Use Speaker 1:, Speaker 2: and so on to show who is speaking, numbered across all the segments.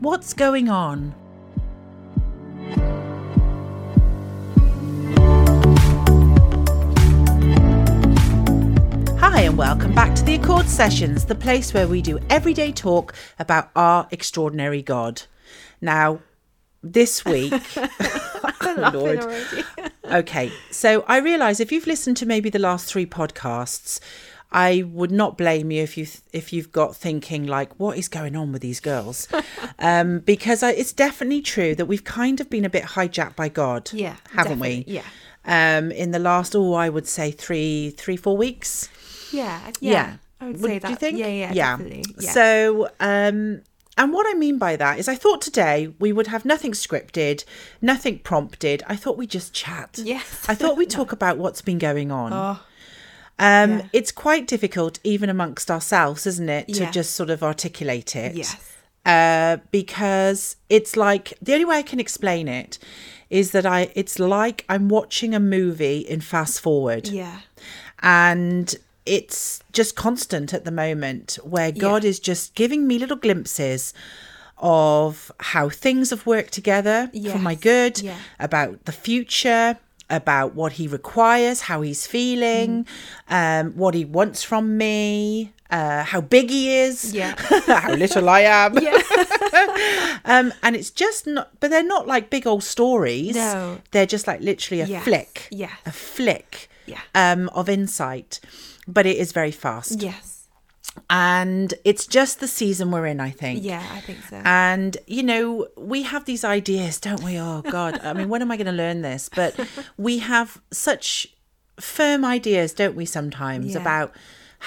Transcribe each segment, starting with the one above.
Speaker 1: What's going on? Hi, and welcome back to the Accord Sessions, the place where we do everyday talk about our extraordinary God. Now, this week, Lord. okay, so I realise if you've listened to maybe the last three podcasts, I would not blame you if you th- if you've got thinking like, what is going on with these girls? um, because I, it's definitely true that we've kind of been a bit hijacked by God,
Speaker 2: Yeah,
Speaker 1: haven't we?
Speaker 2: definitely, yeah.
Speaker 1: Um, in the last, oh, I would say three, three, four weeks.
Speaker 2: Yeah, yeah.
Speaker 1: Yeah.
Speaker 2: I would
Speaker 1: Would-
Speaker 2: say that.
Speaker 1: Do you think?
Speaker 2: Yeah, yeah, definitely. Yeah.
Speaker 1: So, um, and what I mean by that is, I thought today we would have nothing scripted, nothing prompted. I thought we just chat.
Speaker 2: Yes.
Speaker 1: I thought we talk about what's been going on.
Speaker 2: Oh.
Speaker 1: um,
Speaker 2: yeah.
Speaker 1: It's quite difficult, even amongst ourselves, isn't it, to
Speaker 2: Yeah.
Speaker 1: just sort of articulate it?
Speaker 2: Yes.
Speaker 1: Uh, because it's like the only way I can explain it is that I it's like I'm watching a movie in fast forward
Speaker 2: yeah,
Speaker 1: and it's just constant at the moment where God is just giving me little glimpses of how things have worked together for
Speaker 2: Yes,
Speaker 1: my good,
Speaker 2: yeah.
Speaker 1: about the future, about what He requires, how He's feeling,
Speaker 2: Mm.
Speaker 1: um, what He wants from me, uh, how big He is,
Speaker 2: Yeah.
Speaker 1: how little I am.
Speaker 2: yeah,
Speaker 1: Um, and it's just not, but they're not like big old stories.
Speaker 2: No.
Speaker 1: They're just like literally a
Speaker 2: Yes,
Speaker 1: flick.
Speaker 2: yes.
Speaker 1: A flick
Speaker 2: Yeah.
Speaker 1: um, of insight. But it is very fast.
Speaker 2: yes,
Speaker 1: And it's just the season we're in, I think.
Speaker 2: yeah. I think so.
Speaker 1: And, you know, we have these ideas, don't we? Oh, God. I mean, when am I going to learn this? But we have such firm ideas, don't we, sometimes
Speaker 2: Yeah.
Speaker 1: about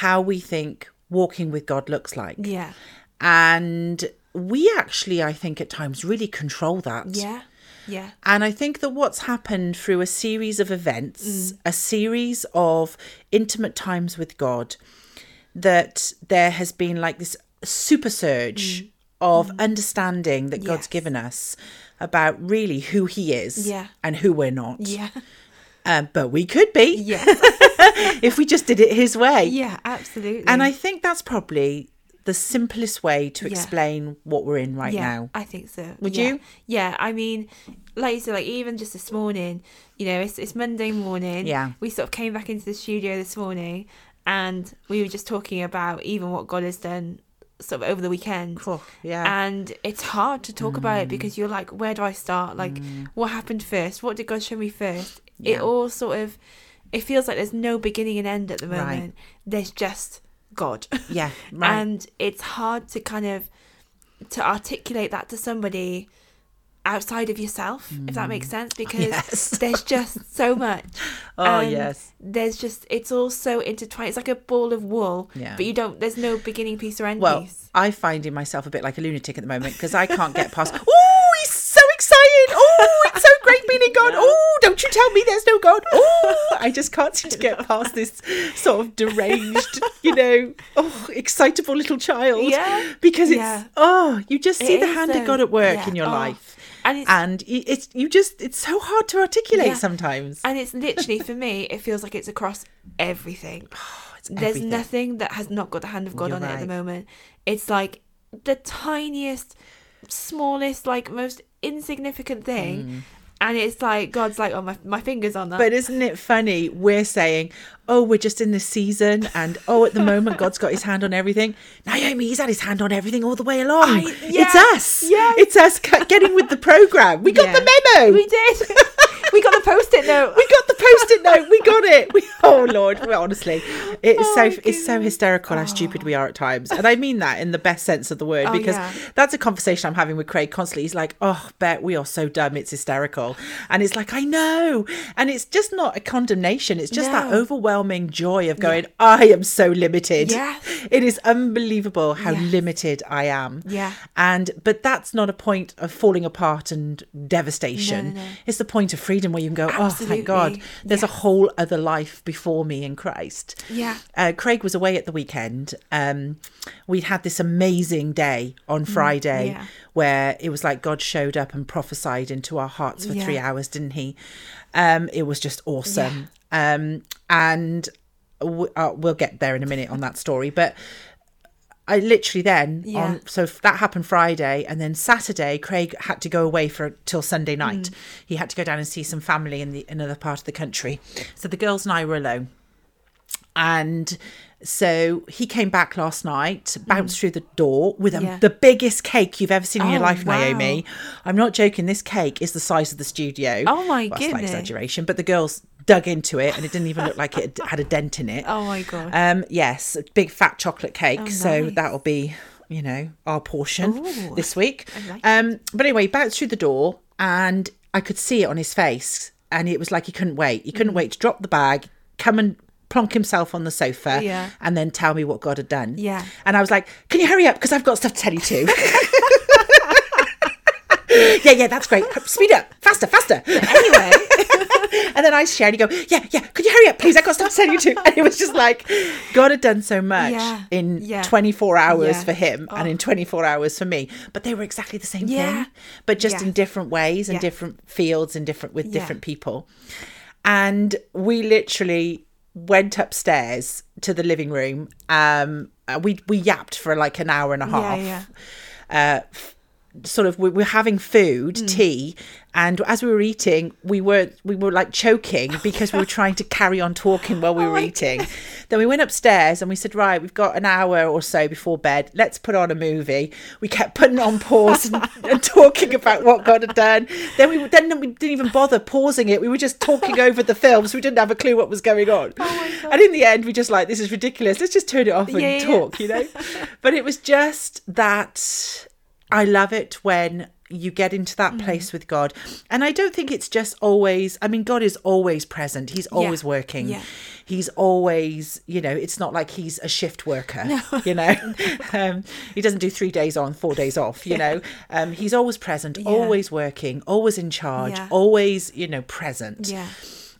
Speaker 1: how we think walking with God looks like.
Speaker 2: yeah,
Speaker 1: And we actually, I think, at times really control that.
Speaker 2: yeah, yeah,
Speaker 1: And I think that what's happened through a series of events,
Speaker 2: Mm.
Speaker 1: a series of intimate times with God, that there has been like this super surge of understanding that God's
Speaker 2: Mm. Yes.
Speaker 1: given us about really who He is
Speaker 2: Yeah.
Speaker 1: and who we're not.
Speaker 2: yeah,
Speaker 1: Um, but we could be
Speaker 2: yes,
Speaker 1: if we just did it His way.
Speaker 2: yeah. Absolutely.
Speaker 1: And I think that's probably the simplest way to
Speaker 2: Yeah.
Speaker 1: explain what we're in right
Speaker 2: yeah,
Speaker 1: now.
Speaker 2: I think so.
Speaker 1: Would
Speaker 2: Yeah.
Speaker 1: you?
Speaker 2: Yeah, I mean, like you said, like even just this morning, you know, it's, it's Monday morning.
Speaker 1: Yeah.
Speaker 2: We sort of came back into the studio this morning and we were just talking about even what God has done sort of over the weekend.
Speaker 1: Cool, yeah. Mm.
Speaker 2: And it's hard to talk about it because you're like, where do I start? Like, what happened first? What did God show me first?
Speaker 1: Yeah.
Speaker 2: It all sort of, it feels like there's no beginning and end at the
Speaker 1: Right.
Speaker 2: moment. There's just God.
Speaker 1: Yeah, right.
Speaker 2: And it's hard to kind of to articulate that to somebody outside of yourself, if that makes sense, because
Speaker 1: Mm. Yes.
Speaker 2: there's just so much.
Speaker 1: Oh,
Speaker 2: and
Speaker 1: yes.
Speaker 2: There's just it's all so intertwined. It's like a ball of wool.
Speaker 1: Yeah.
Speaker 2: But you don't there's no beginning piece or end
Speaker 1: Well,
Speaker 2: piece.
Speaker 1: I find in myself a bit like a lunatic at the moment because I can't get past. Oh, he's so excited! Oh, it's so great being in God! Oh, don't you tell me there's no God! Oh, I just can't seem to get past this sort of deranged, you know, oh, excitable little child.
Speaker 2: Yeah.
Speaker 1: because it's
Speaker 2: Yeah.
Speaker 1: oh, you just see
Speaker 2: It
Speaker 1: the
Speaker 2: is,
Speaker 1: hand of
Speaker 2: though.
Speaker 1: God at work
Speaker 2: Yeah.
Speaker 1: in your
Speaker 2: Oh.
Speaker 1: life,
Speaker 2: And it's
Speaker 1: and y- it's you just it's so hard to articulate
Speaker 2: Yeah.
Speaker 1: sometimes.
Speaker 2: and it's literally for me, it feels like it's across everything.
Speaker 1: It's
Speaker 2: There's
Speaker 1: everything.
Speaker 2: nothing that has not got the hand of God
Speaker 1: You're
Speaker 2: on it at
Speaker 1: right.
Speaker 2: the moment. It's like the tiniest, smallest, like most insignificant thing. And it's like God's like, oh my my fingers on that.
Speaker 1: Mm. But isn't it funny? We're saying, oh, we're just in this season, and oh, at the moment, God's got his hand on everything. Naomi, he's had his hand on everything all the way along.
Speaker 2: I-
Speaker 1: It's
Speaker 2: yeah,
Speaker 1: us.
Speaker 2: yeah.
Speaker 1: It's us ca- getting with the program. We got the
Speaker 2: Yeah.
Speaker 1: memo.
Speaker 2: we
Speaker 1: We,
Speaker 2: did. we got the post-it note.
Speaker 1: got the post it note. We got it. We, oh, Lord. Well, honestly, it's
Speaker 2: Oh,
Speaker 1: so
Speaker 2: my
Speaker 1: it's so
Speaker 2: goodness.
Speaker 1: hysterical how stupid we are at times. And I mean that in the best sense of the word
Speaker 2: Oh,
Speaker 1: because
Speaker 2: yeah.
Speaker 1: that's a conversation I'm having with Craig constantly. He's like, oh, Bet, we are so dumb. It's hysterical. And it's like, I know. And it's just not a condemnation. It's just that
Speaker 2: No.
Speaker 1: overwhelming joy of going, I am so limited.
Speaker 2: Yes.
Speaker 1: It is unbelievable how
Speaker 2: Yes.
Speaker 1: limited I am.
Speaker 2: Yeah.
Speaker 1: And, but that's not a point of falling apart and devastation.
Speaker 2: no.
Speaker 1: It's the point of freedom where you can go, oh, thank God,
Speaker 2: Absolutely.
Speaker 1: there's a whole other life before me in Christ
Speaker 2: Yeah.
Speaker 1: uh, Craig was away at the weekend. Um, we had this amazing day on Friday
Speaker 2: Mm, yeah.
Speaker 1: where it was like God showed up and prophesied into our hearts for
Speaker 2: Yeah.
Speaker 1: three hours, didn't he? Um, it was just awesome. Um, and w- uh, we'll get there in a minute on that story. But I literally then
Speaker 2: Yeah.
Speaker 1: on so f- that happened Friday and then Saturday Craig had to go away for till Sunday
Speaker 2: Mm.
Speaker 1: night. He had to go down and see some family in the another part of the country. So the girls and I were alone. And so he came back last night, bounced through the door with a,
Speaker 2: Mm. Yeah.
Speaker 1: the biggest cake you've ever seen in your
Speaker 2: Oh,
Speaker 1: life,
Speaker 2: wow.
Speaker 1: Naomi. I'm not joking. This cake is the size of the studio.
Speaker 2: Oh, my
Speaker 1: Well, That's
Speaker 2: goodness.
Speaker 1: an exaggeration, but the girls dug into it, and it didn't even look like it had a dent in it.
Speaker 2: Oh my god.
Speaker 1: Um, yes, a big fat chocolate cake. so
Speaker 2: Oh, nice.
Speaker 1: that'll be, you know, our portion
Speaker 2: Ooh,
Speaker 1: this week.
Speaker 2: like
Speaker 1: um, but anyway, he bounced through the door and I could see it on his face. And it was like he couldn't wait. He
Speaker 2: Mm.
Speaker 1: couldn't wait to drop the bag, come and plonk himself on the sofa,
Speaker 2: Yeah.
Speaker 1: and then tell me what God had done.
Speaker 2: Yeah.
Speaker 1: And I was like, Can you hurry up? Because I've got stuff to tell you too. yeah, yeah, that's great. Speed up, faster, faster.
Speaker 2: anyway,
Speaker 1: And then I share and you go, yeah, yeah, could you hurry up, please? I got stuff to send you to. And it was just like, God had done so much
Speaker 2: Yeah,
Speaker 1: in
Speaker 2: yeah.
Speaker 1: 24 hours
Speaker 2: Yeah. Oh.
Speaker 1: for him and in 24 hours for me. But they were exactly the same
Speaker 2: Yeah.
Speaker 1: thing, but just
Speaker 2: Yeah.
Speaker 1: in different ways and
Speaker 2: Yeah.
Speaker 1: different fields and different with
Speaker 2: Yeah.
Speaker 1: different people. And we literally went upstairs to the living room. Um, uh, we we yapped for like an hour and a half
Speaker 2: yeah.
Speaker 1: sort of we were having food
Speaker 2: Mm.
Speaker 1: tea and as we were eating we were we were like choking because we were trying to carry on talking while we
Speaker 2: Oh
Speaker 1: were eating then we went upstairs and we said right we've got an hour or so before bed let's put on a movie we kept putting on pause and, and talking about what god had done then we then we didn't even bother pausing it we were just talking over the film so we didn't have a clue what was going on and in the end we just like this is ridiculous let's just turn it off and
Speaker 2: Oh Yeah, yeah, yeah.
Speaker 1: talk you know but it was just that I love it when you get into that
Speaker 2: Mm.
Speaker 1: place with God. And I don't think it's just always, I mean, God is always present. He's always working.
Speaker 2: Yeah.
Speaker 1: He's always, you know, it's not like he's a shift worker, you know. um, he doesn't do three days on, four days off, you know. Um, he's always present, always working, always in charge,
Speaker 2: Yeah.
Speaker 1: always, you know, present.
Speaker 2: yeah.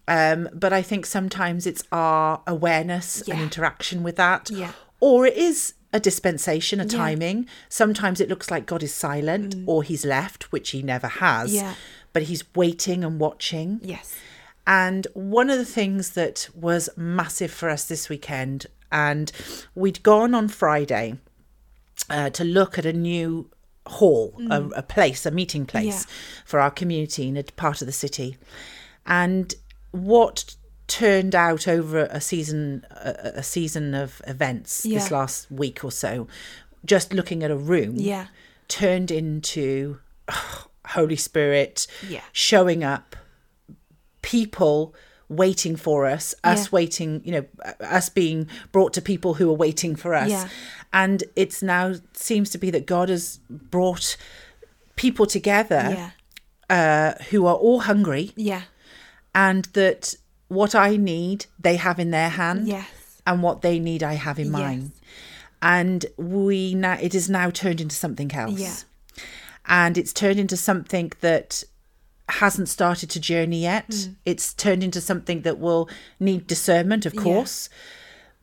Speaker 1: Um, but I think sometimes it's our awareness and
Speaker 2: Yeah.
Speaker 1: interaction with that.
Speaker 2: Yeah.
Speaker 1: Or it is a dispensation, a timing. Sometimes it looks like God is silent or he's left, which he never has.
Speaker 2: Mm. Yeah.
Speaker 1: But he's waiting and watching.
Speaker 2: Yes.
Speaker 1: And one of the things that was massive for us this weekend, and we'd gone on Friday uh, to look at a new hall, a, a place, a meeting place
Speaker 2: Mm. Yeah.
Speaker 1: for our community in a part of the city. And what turned out over a season, a, a season of events this
Speaker 2: Yeah.
Speaker 1: last week or so, just looking at a room,
Speaker 2: Yeah.
Speaker 1: turned into Holy Spirit
Speaker 2: Yeah.
Speaker 1: showing up people waiting for us, us
Speaker 2: Yeah.
Speaker 1: waiting, you know, us being brought to people who are waiting for us.
Speaker 2: Yeah.
Speaker 1: And it's now seems to be that God has brought people together
Speaker 2: Yeah.
Speaker 1: uh, who are all hungry
Speaker 2: Yeah.
Speaker 1: and that what I need they have in their hand
Speaker 2: Yes.
Speaker 1: and what they need I have in mine. And we now it is now turned into something else.
Speaker 2: Yeah.
Speaker 1: And it's turned into something that hasn't started to journey yet.
Speaker 2: Hmm.
Speaker 1: It's turned into something that will need discernment, of course.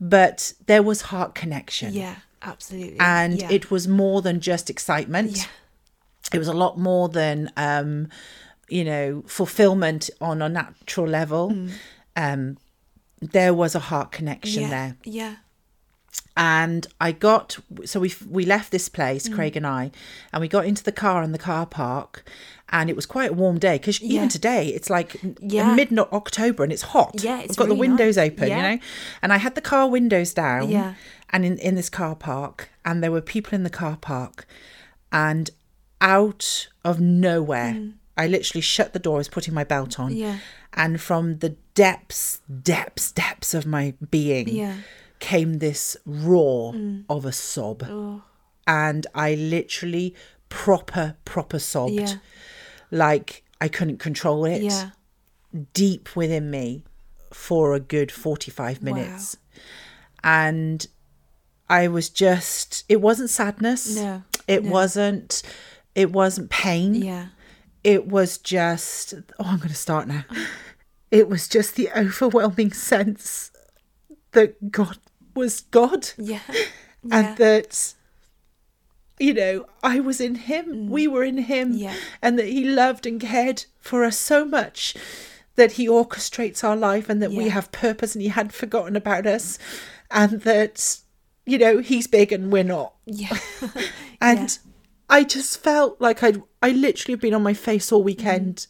Speaker 1: But there was heart connection.
Speaker 2: Yeah. Absolutely.
Speaker 1: And
Speaker 2: yeah.
Speaker 1: it was more than just excitement.
Speaker 2: Yeah.
Speaker 1: It was a lot more than um, you know, fulfillment on a natural level. Um there was a heart connection
Speaker 2: Hmm. yeah.
Speaker 1: there
Speaker 2: Yeah.
Speaker 1: and I got so we we left this place,
Speaker 2: Mm.
Speaker 1: Craig and I, and we got into the car in the car park, and it was quite a warm day because
Speaker 2: Yeah.
Speaker 1: even today it's like
Speaker 2: Yeah.
Speaker 1: mid October and it's hot.
Speaker 2: Yeah, it's
Speaker 1: We've got the
Speaker 2: really
Speaker 1: windows
Speaker 2: nice.
Speaker 1: open,
Speaker 2: Yeah.
Speaker 1: you know, and I had the car windows down,
Speaker 2: Yeah.
Speaker 1: and in in this car park, and there were people in the car park, and out of nowhere. I literally shut the door. I was putting my belt on,
Speaker 2: Mm. Yeah.
Speaker 1: and from the depths, depths, depths of my being,
Speaker 2: Yeah. Mm.
Speaker 1: came this roar of a sob.
Speaker 2: Oh.
Speaker 1: And I literally proper, proper sobbed.
Speaker 2: Yeah.
Speaker 1: Like I couldn't control it
Speaker 2: Yeah.
Speaker 1: deep within me for a good 45 minutes. And I was just, it wasn't sadness.
Speaker 2: No,
Speaker 1: It
Speaker 2: no.
Speaker 1: wasn't, it wasn't pain
Speaker 2: Yeah.
Speaker 1: it was just oh i'm going to start now it was just the overwhelming sense that god was god
Speaker 2: Yeah.
Speaker 1: and that you know i was in him we were in him
Speaker 2: Mm. Yeah.
Speaker 1: and that he loved and cared for us so much that he orchestrates our life and that we
Speaker 2: Yeah.
Speaker 1: have purpose and he hadn't forgotten about us and that you know, he's big and we're not.
Speaker 2: Yeah.
Speaker 1: And I just felt like I'd I literally have been on my face
Speaker 2: Mm-hmm.
Speaker 1: all weekend.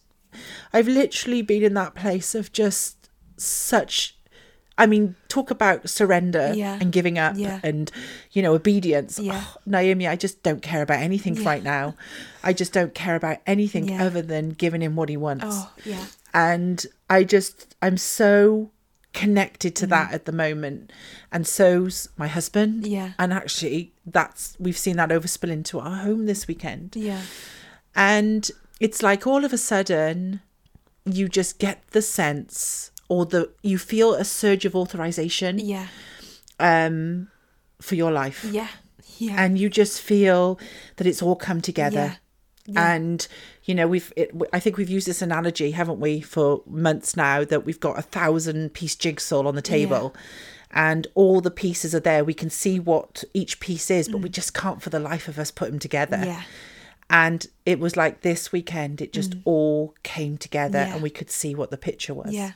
Speaker 1: I've literally been in that place of just such I mean, talk about surrender
Speaker 2: Yeah.
Speaker 1: and giving up
Speaker 2: Yeah.
Speaker 1: and, you know, obedience.
Speaker 2: Yeah.
Speaker 1: Oh, Naomi, I just don't care about anything
Speaker 2: Yeah.
Speaker 1: right now. I just don't care about anything
Speaker 2: Yeah.
Speaker 1: other than giving him what he wants
Speaker 2: Oh, yeah.
Speaker 1: and I just I'm so connected
Speaker 2: Mm-hmm.
Speaker 1: to that at the moment, and so's my husband.
Speaker 2: Yeah.
Speaker 1: and actually, that's we've seen that overspill into our home this weekend,
Speaker 2: Yeah.
Speaker 1: and it's like all of a sudden, you just get the sense or the you feel a surge of authorization
Speaker 2: Yeah.
Speaker 1: um for your life,
Speaker 2: Yeah. Yeah.
Speaker 1: and you just feel that it's all come together.
Speaker 2: Yeah.
Speaker 1: And you know we've it, I think we've used this analogy, haven't we, for months now that we've got a thousand piece jigsaw on the table, and all the pieces are there. We can see what each piece is, but we just can't for the life of us put them together.
Speaker 2: Mm. Yeah.
Speaker 1: And it was like this weekend, it just all came together,
Speaker 2: Mm. Yeah.
Speaker 1: and we could see what the picture was.
Speaker 2: Yeah.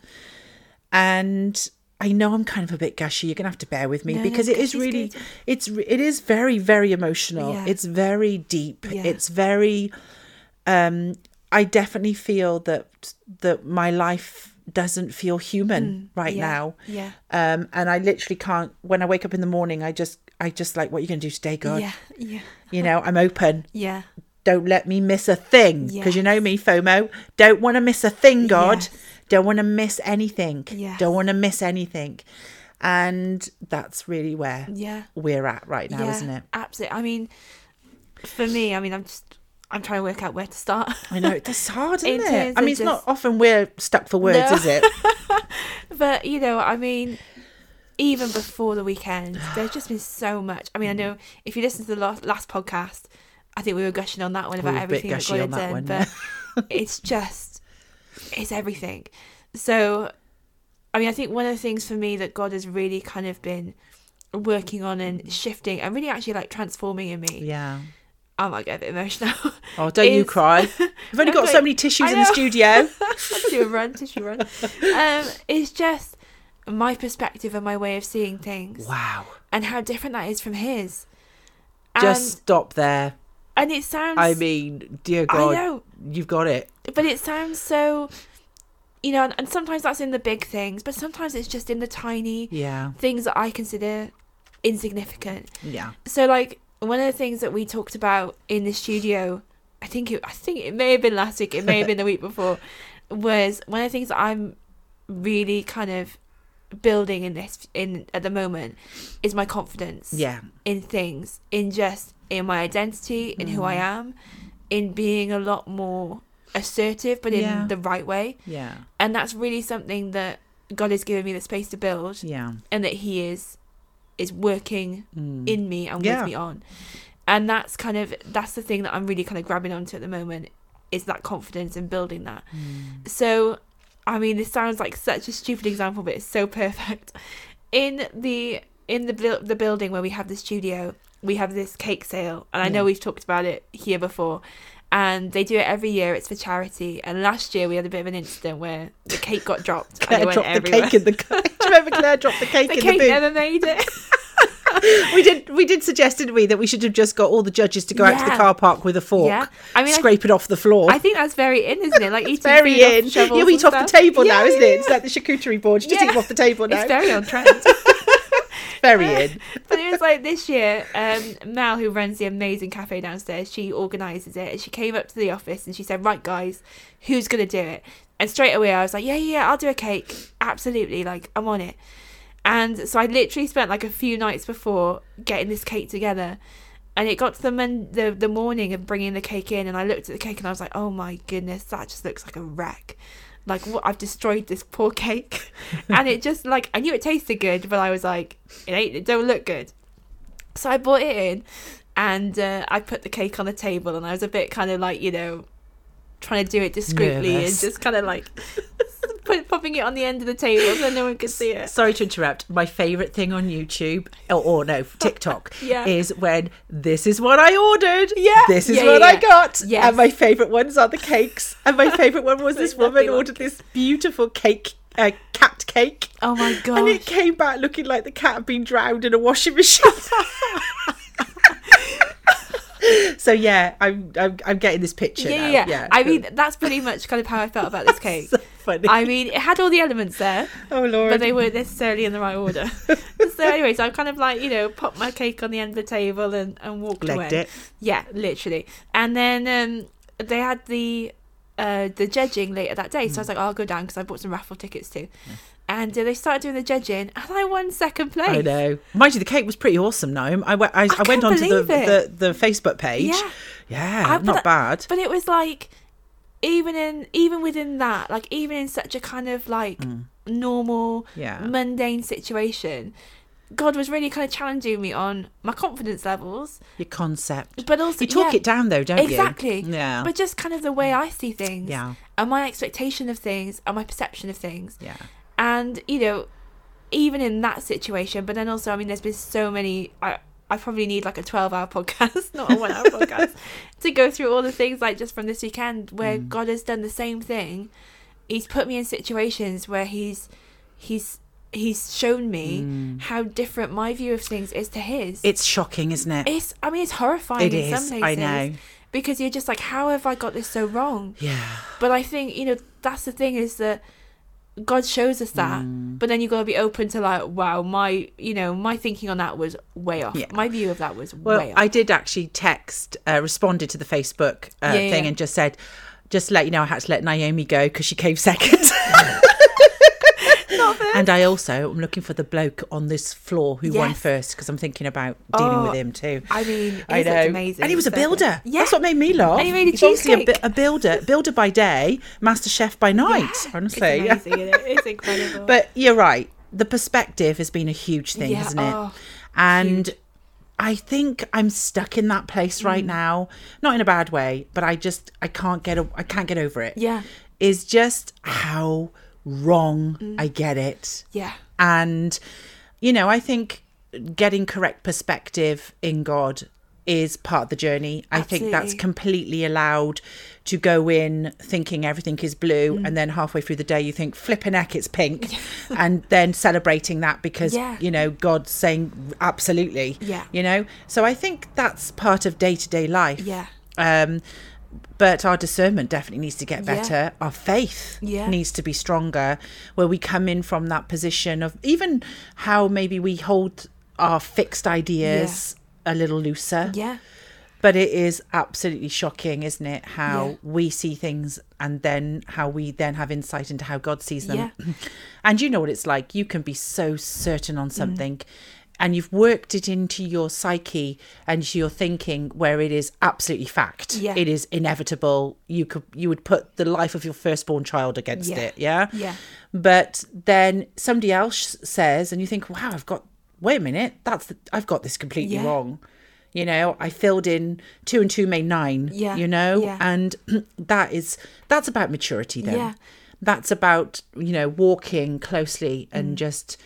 Speaker 1: And I know I'm kind of a bit gushy. You're gonna have to bear with me
Speaker 2: No, no,
Speaker 1: because it is
Speaker 2: gushy's
Speaker 1: really,
Speaker 2: good.
Speaker 1: it's re- it is very very emotional.
Speaker 2: Yeah.
Speaker 1: It's very deep.
Speaker 2: Yeah.
Speaker 1: It's very um I definitely feel that that my life doesn't feel human right
Speaker 2: Mm. Yeah.
Speaker 1: now.
Speaker 2: Yeah.
Speaker 1: Um and I literally can't when I wake up in the morning I just I just like what are you going to do today God?
Speaker 2: Yeah. Yeah.
Speaker 1: You know, I'm open.
Speaker 2: Yeah.
Speaker 1: Don't let me miss a thing because you know me FOMO. Don't want to miss a thing God.
Speaker 2: Yes.
Speaker 1: Don't want to miss anything.
Speaker 2: Yes.
Speaker 1: Don't want to miss anything. And that's really where
Speaker 2: Yeah.
Speaker 1: we're at right now, isn't it?
Speaker 2: Absolutely. I mean, for me, I mean, I'm just, I'm trying to work out where to start.
Speaker 1: I know it's hard, isn't
Speaker 2: It
Speaker 1: it?
Speaker 2: is,
Speaker 1: I mean,
Speaker 2: it
Speaker 1: it's
Speaker 2: is.
Speaker 1: not often we're stuck for words,
Speaker 2: No.
Speaker 1: is it?
Speaker 2: but you know, I mean, even before the weekend, there's just been so much. I
Speaker 1: Mm.
Speaker 2: mean, I know if you listen to the last, last podcast, I think we were gushing on that one about
Speaker 1: were a bit
Speaker 2: everything that
Speaker 1: gushy
Speaker 2: got
Speaker 1: on that
Speaker 2: done,
Speaker 1: one,
Speaker 2: but it's just, it's everything. So, I mean, I think one of the things for me that God has really kind of been working on and shifting and really actually like transforming in me.
Speaker 1: Yeah.
Speaker 2: I might get a bit emotional.
Speaker 1: Oh, don't you
Speaker 2: Is-
Speaker 1: cry. We've only
Speaker 2: No,
Speaker 1: got so
Speaker 2: but-
Speaker 1: many tissues
Speaker 2: I
Speaker 1: in the
Speaker 2: know.
Speaker 1: studio.
Speaker 2: do a run, tissue run. Um, it's just my perspective and my way of seeing things,
Speaker 1: Wow.
Speaker 2: and how different that is from his. And,
Speaker 1: Just stop there.
Speaker 2: and it sounds.
Speaker 1: I mean, dear
Speaker 2: I
Speaker 1: God,
Speaker 2: know,
Speaker 1: you've got it.
Speaker 2: but it sounds so. You know, and, and sometimes that's in the big things, but sometimes it's just in the tiny
Speaker 1: Yeah.
Speaker 2: things that I consider insignificant.
Speaker 1: Yeah.
Speaker 2: So, like one of the things that we talked about in the studio, I think it, I think it may have been last week, it may have been the week before, was one of the things that I'm really kind of building in this in at the moment is my confidence
Speaker 1: Yeah.
Speaker 2: in things, in just in my identity, in who I
Speaker 1: Mm.
Speaker 2: am, in being a lot more assertive, but in
Speaker 1: Yeah.
Speaker 2: the right way,
Speaker 1: Yeah.
Speaker 2: and that's really something that God has given me the space to build,
Speaker 1: Yeah.
Speaker 2: and that He is is working
Speaker 1: Mm.
Speaker 2: in me and
Speaker 1: Yeah.
Speaker 2: with me on. And that's kind of that's the thing that I'm really kind of grabbing onto at the moment is that confidence and building that.
Speaker 1: Mm.
Speaker 2: So I mean this sounds like such a stupid example but it's so perfect. In the in the buil- the building where we have the studio, we have this cake sale and I know
Speaker 1: Yeah.
Speaker 2: we've talked about it here before. And they do it every year. It's for charity. And last year we had a bit of an incident where the cake got dropped. and
Speaker 1: Claire
Speaker 2: it went
Speaker 1: dropped
Speaker 2: everywhere.
Speaker 1: the cake in the. Do you remember Claire dropped the cake
Speaker 2: The
Speaker 1: in
Speaker 2: cake
Speaker 1: the booth?
Speaker 2: never made it.
Speaker 1: We did. We did suggest, didn't we, that we should have just got all the judges to go out to the
Speaker 2: Yeah.
Speaker 1: car park with a fork,
Speaker 2: Yeah. I mean, I
Speaker 1: scrape it off the floor.
Speaker 2: I think that's very in, isn't it? Like eating
Speaker 1: very
Speaker 2: food off
Speaker 1: in.
Speaker 2: shovels
Speaker 1: You eat
Speaker 2: and
Speaker 1: off the
Speaker 2: stuff.
Speaker 1: table now,
Speaker 2: Yeah,
Speaker 1: isn't
Speaker 2: yeah,
Speaker 1: it? It's like the charcuterie board. You just
Speaker 2: Yeah.
Speaker 1: eat off the table
Speaker 2: yeah.
Speaker 1: now.
Speaker 2: It's very on trend.
Speaker 1: very in.
Speaker 2: but it was like this year, um, Mel, who runs the amazing cafe downstairs, she organises it. And she came up to the office and she said, "Right, guys, who's gonna do it?" And straight away, I was like, "Yeah, yeah, I'll do a cake. Absolutely, like I'm on it." And so I literally spent like a few nights before getting this cake together. And it got to the, mon- the the morning of bringing the cake in, and I looked at the cake and I was like, "Oh my goodness, that just looks like a wreck! Like, what? I've destroyed this poor cake." and it just like I knew it tasted good, but I was like, "It ain't. It don't look good." So I brought it in, and uh, I put the cake on the table, and I was a bit kind of like, you know, trying to do it discreetly
Speaker 1: Nervous.
Speaker 2: and just kind of like put, popping it on the end of the table so no one could see it.
Speaker 1: Sorry to interrupt. My favourite thing on YouTube, or, or no, TikTok,
Speaker 2: Yeah.
Speaker 1: is when this is what I ordered.
Speaker 2: Yeah.
Speaker 1: This is
Speaker 2: Yeah,
Speaker 1: what
Speaker 2: yeah,
Speaker 1: I
Speaker 2: yeah.
Speaker 1: got.
Speaker 2: Yes.
Speaker 1: And my favourite ones are the cakes. And my favourite one was
Speaker 2: There's
Speaker 1: this woman
Speaker 2: nothing like
Speaker 1: ordered this beautiful cake uh, cat cake.
Speaker 2: Oh my god!
Speaker 1: And it came back looking like the cat had been drowned in a washing machine. so yeah, I'm, I'm I'm getting this picture.
Speaker 2: yeah,
Speaker 1: now.
Speaker 2: yeah, yeah.
Speaker 1: yeah.
Speaker 2: I mean, that's pretty much kind of how I felt about this cake.
Speaker 1: so funny.
Speaker 2: I mean, it had all the elements there,
Speaker 1: oh lord.
Speaker 2: but they weren't necessarily in the right order. so, anyway, so I kind of like you know popped my cake on the end of the table and and walked away.
Speaker 1: Legged it.
Speaker 2: Yeah, literally. And then um, they had the uh, the judging later that day, so
Speaker 1: Hmm.
Speaker 2: I was like, oh, I'll go down because I bought some raffle tickets too. And uh, they started doing the judging, and I won second place.
Speaker 1: I know. Mind you, the cake was pretty awesome. Now I went. I, I,
Speaker 2: can't
Speaker 1: went onto the,
Speaker 2: believe
Speaker 1: the
Speaker 2: it.
Speaker 1: the Facebook page.
Speaker 2: Yeah.
Speaker 1: Yeah,
Speaker 2: I- but
Speaker 1: not
Speaker 2: that-
Speaker 1: bad.
Speaker 2: But it was like, even in even within that, like even in such a kind of like normal,
Speaker 1: Hmm. Yeah.
Speaker 2: mundane situation, God was really kind of challenging me on my confidence levels,
Speaker 1: Your concept.
Speaker 2: but also
Speaker 1: You talk
Speaker 2: yeah,
Speaker 1: it down though, don't you?
Speaker 2: exactly.
Speaker 1: Yeah.
Speaker 2: But just kind of the way I see things,
Speaker 1: Yeah.
Speaker 2: and my expectation of things, and my perception of things,
Speaker 1: yeah.
Speaker 2: and you know even in that situation but then also i mean there's been so many i i probably need like a 12 hour podcast not a one hour podcast to go through all the things like just from this weekend where
Speaker 1: Mm.
Speaker 2: god has done the same thing he's put me in situations where he's he's he's shown me
Speaker 1: Mm.
Speaker 2: how different my view of things is to his
Speaker 1: It's shocking, isn't it?
Speaker 2: it's i mean it's horrifying
Speaker 1: It
Speaker 2: in
Speaker 1: is,
Speaker 2: some
Speaker 1: I
Speaker 2: places
Speaker 1: know.
Speaker 2: because you're just like how have i got this so wrong
Speaker 1: yeah.
Speaker 2: but I think you know that's the thing is that God shows us that,
Speaker 1: Mm.
Speaker 2: but then you got to be open to like, wow, my you know my thinking on that was way off.
Speaker 1: Yeah.
Speaker 2: My view of that was
Speaker 1: Well,
Speaker 2: way off.
Speaker 1: I did actually text, uh, responded to the Facebook uh,
Speaker 2: Yeah, yeah,
Speaker 1: thing,
Speaker 2: yeah.
Speaker 1: and just said, just to let you know, I had to let Naomi go because she came second. and I also am looking for the bloke on this floor who won
Speaker 2: Yes.
Speaker 1: first because I'm thinking about dealing
Speaker 2: Oh,
Speaker 1: with him too.
Speaker 2: I mean,
Speaker 1: I
Speaker 2: he's
Speaker 1: know.
Speaker 2: looked amazing.
Speaker 1: And he was a
Speaker 2: So-
Speaker 1: builder.
Speaker 2: Yeah.
Speaker 1: That's what made me laugh.
Speaker 2: And he made a
Speaker 1: He's obviously bu-
Speaker 2: cheesecake.
Speaker 1: a builder, builder by day, master chef by night.
Speaker 2: Yeah.
Speaker 1: Honestly,
Speaker 2: it's amazing. isn't it? It's incredible.
Speaker 1: but you're right. The perspective has been a huge thing,
Speaker 2: Yeah,
Speaker 1: hasn't it?
Speaker 2: oh,
Speaker 1: and I think I'm stuck in that place right
Speaker 2: Mm.
Speaker 1: now. Not in a bad way, but I just I can't get o- I can't get over it.
Speaker 2: Yeah.
Speaker 1: Is just how wrong I get it.
Speaker 2: Mm. yeah,
Speaker 1: And, you know, I think getting correct perspective in God is part of the journey. I think that's
Speaker 2: Absolutely.
Speaker 1: completely allowed to go in thinking everything is blue
Speaker 2: Mm.
Speaker 1: and then halfway through the day you think flipping heck it's pink and then celebrating that because
Speaker 2: Yeah.
Speaker 1: you know God's saying absolutely.
Speaker 2: Yeah.
Speaker 1: You know? So I think that's part of day-to-day life.
Speaker 2: Yeah.
Speaker 1: Um but our discernment definitely needs to get
Speaker 2: Yeah.
Speaker 1: better our faith
Speaker 2: Yeah.
Speaker 1: needs to be stronger where we come in from that position of even how maybe we hold our fixed ideas a little looser
Speaker 2: yeah,
Speaker 1: but it is absolutely shocking isn't it how we see things and then how we then have insight into how god sees them and you know what it's like you can be so certain
Speaker 2: Mm.
Speaker 1: on something and you've worked it into your psyche and to your thinking where it is absolutely fact
Speaker 2: Yeah.
Speaker 1: it is inevitable you could you would put the life of your firstborn child against
Speaker 2: Yeah.
Speaker 1: it yeah
Speaker 2: Yeah.
Speaker 1: but then somebody else says and you think wow i've got wait a minute that's the, i've got this completely
Speaker 2: Yeah.
Speaker 1: wrong you know i filled in two and two made nine
Speaker 2: Yeah.
Speaker 1: you know
Speaker 2: Yeah.
Speaker 1: and that is that's about maturity then
Speaker 2: Yeah.
Speaker 1: that's about you know walking closely
Speaker 2: Mm.
Speaker 1: and just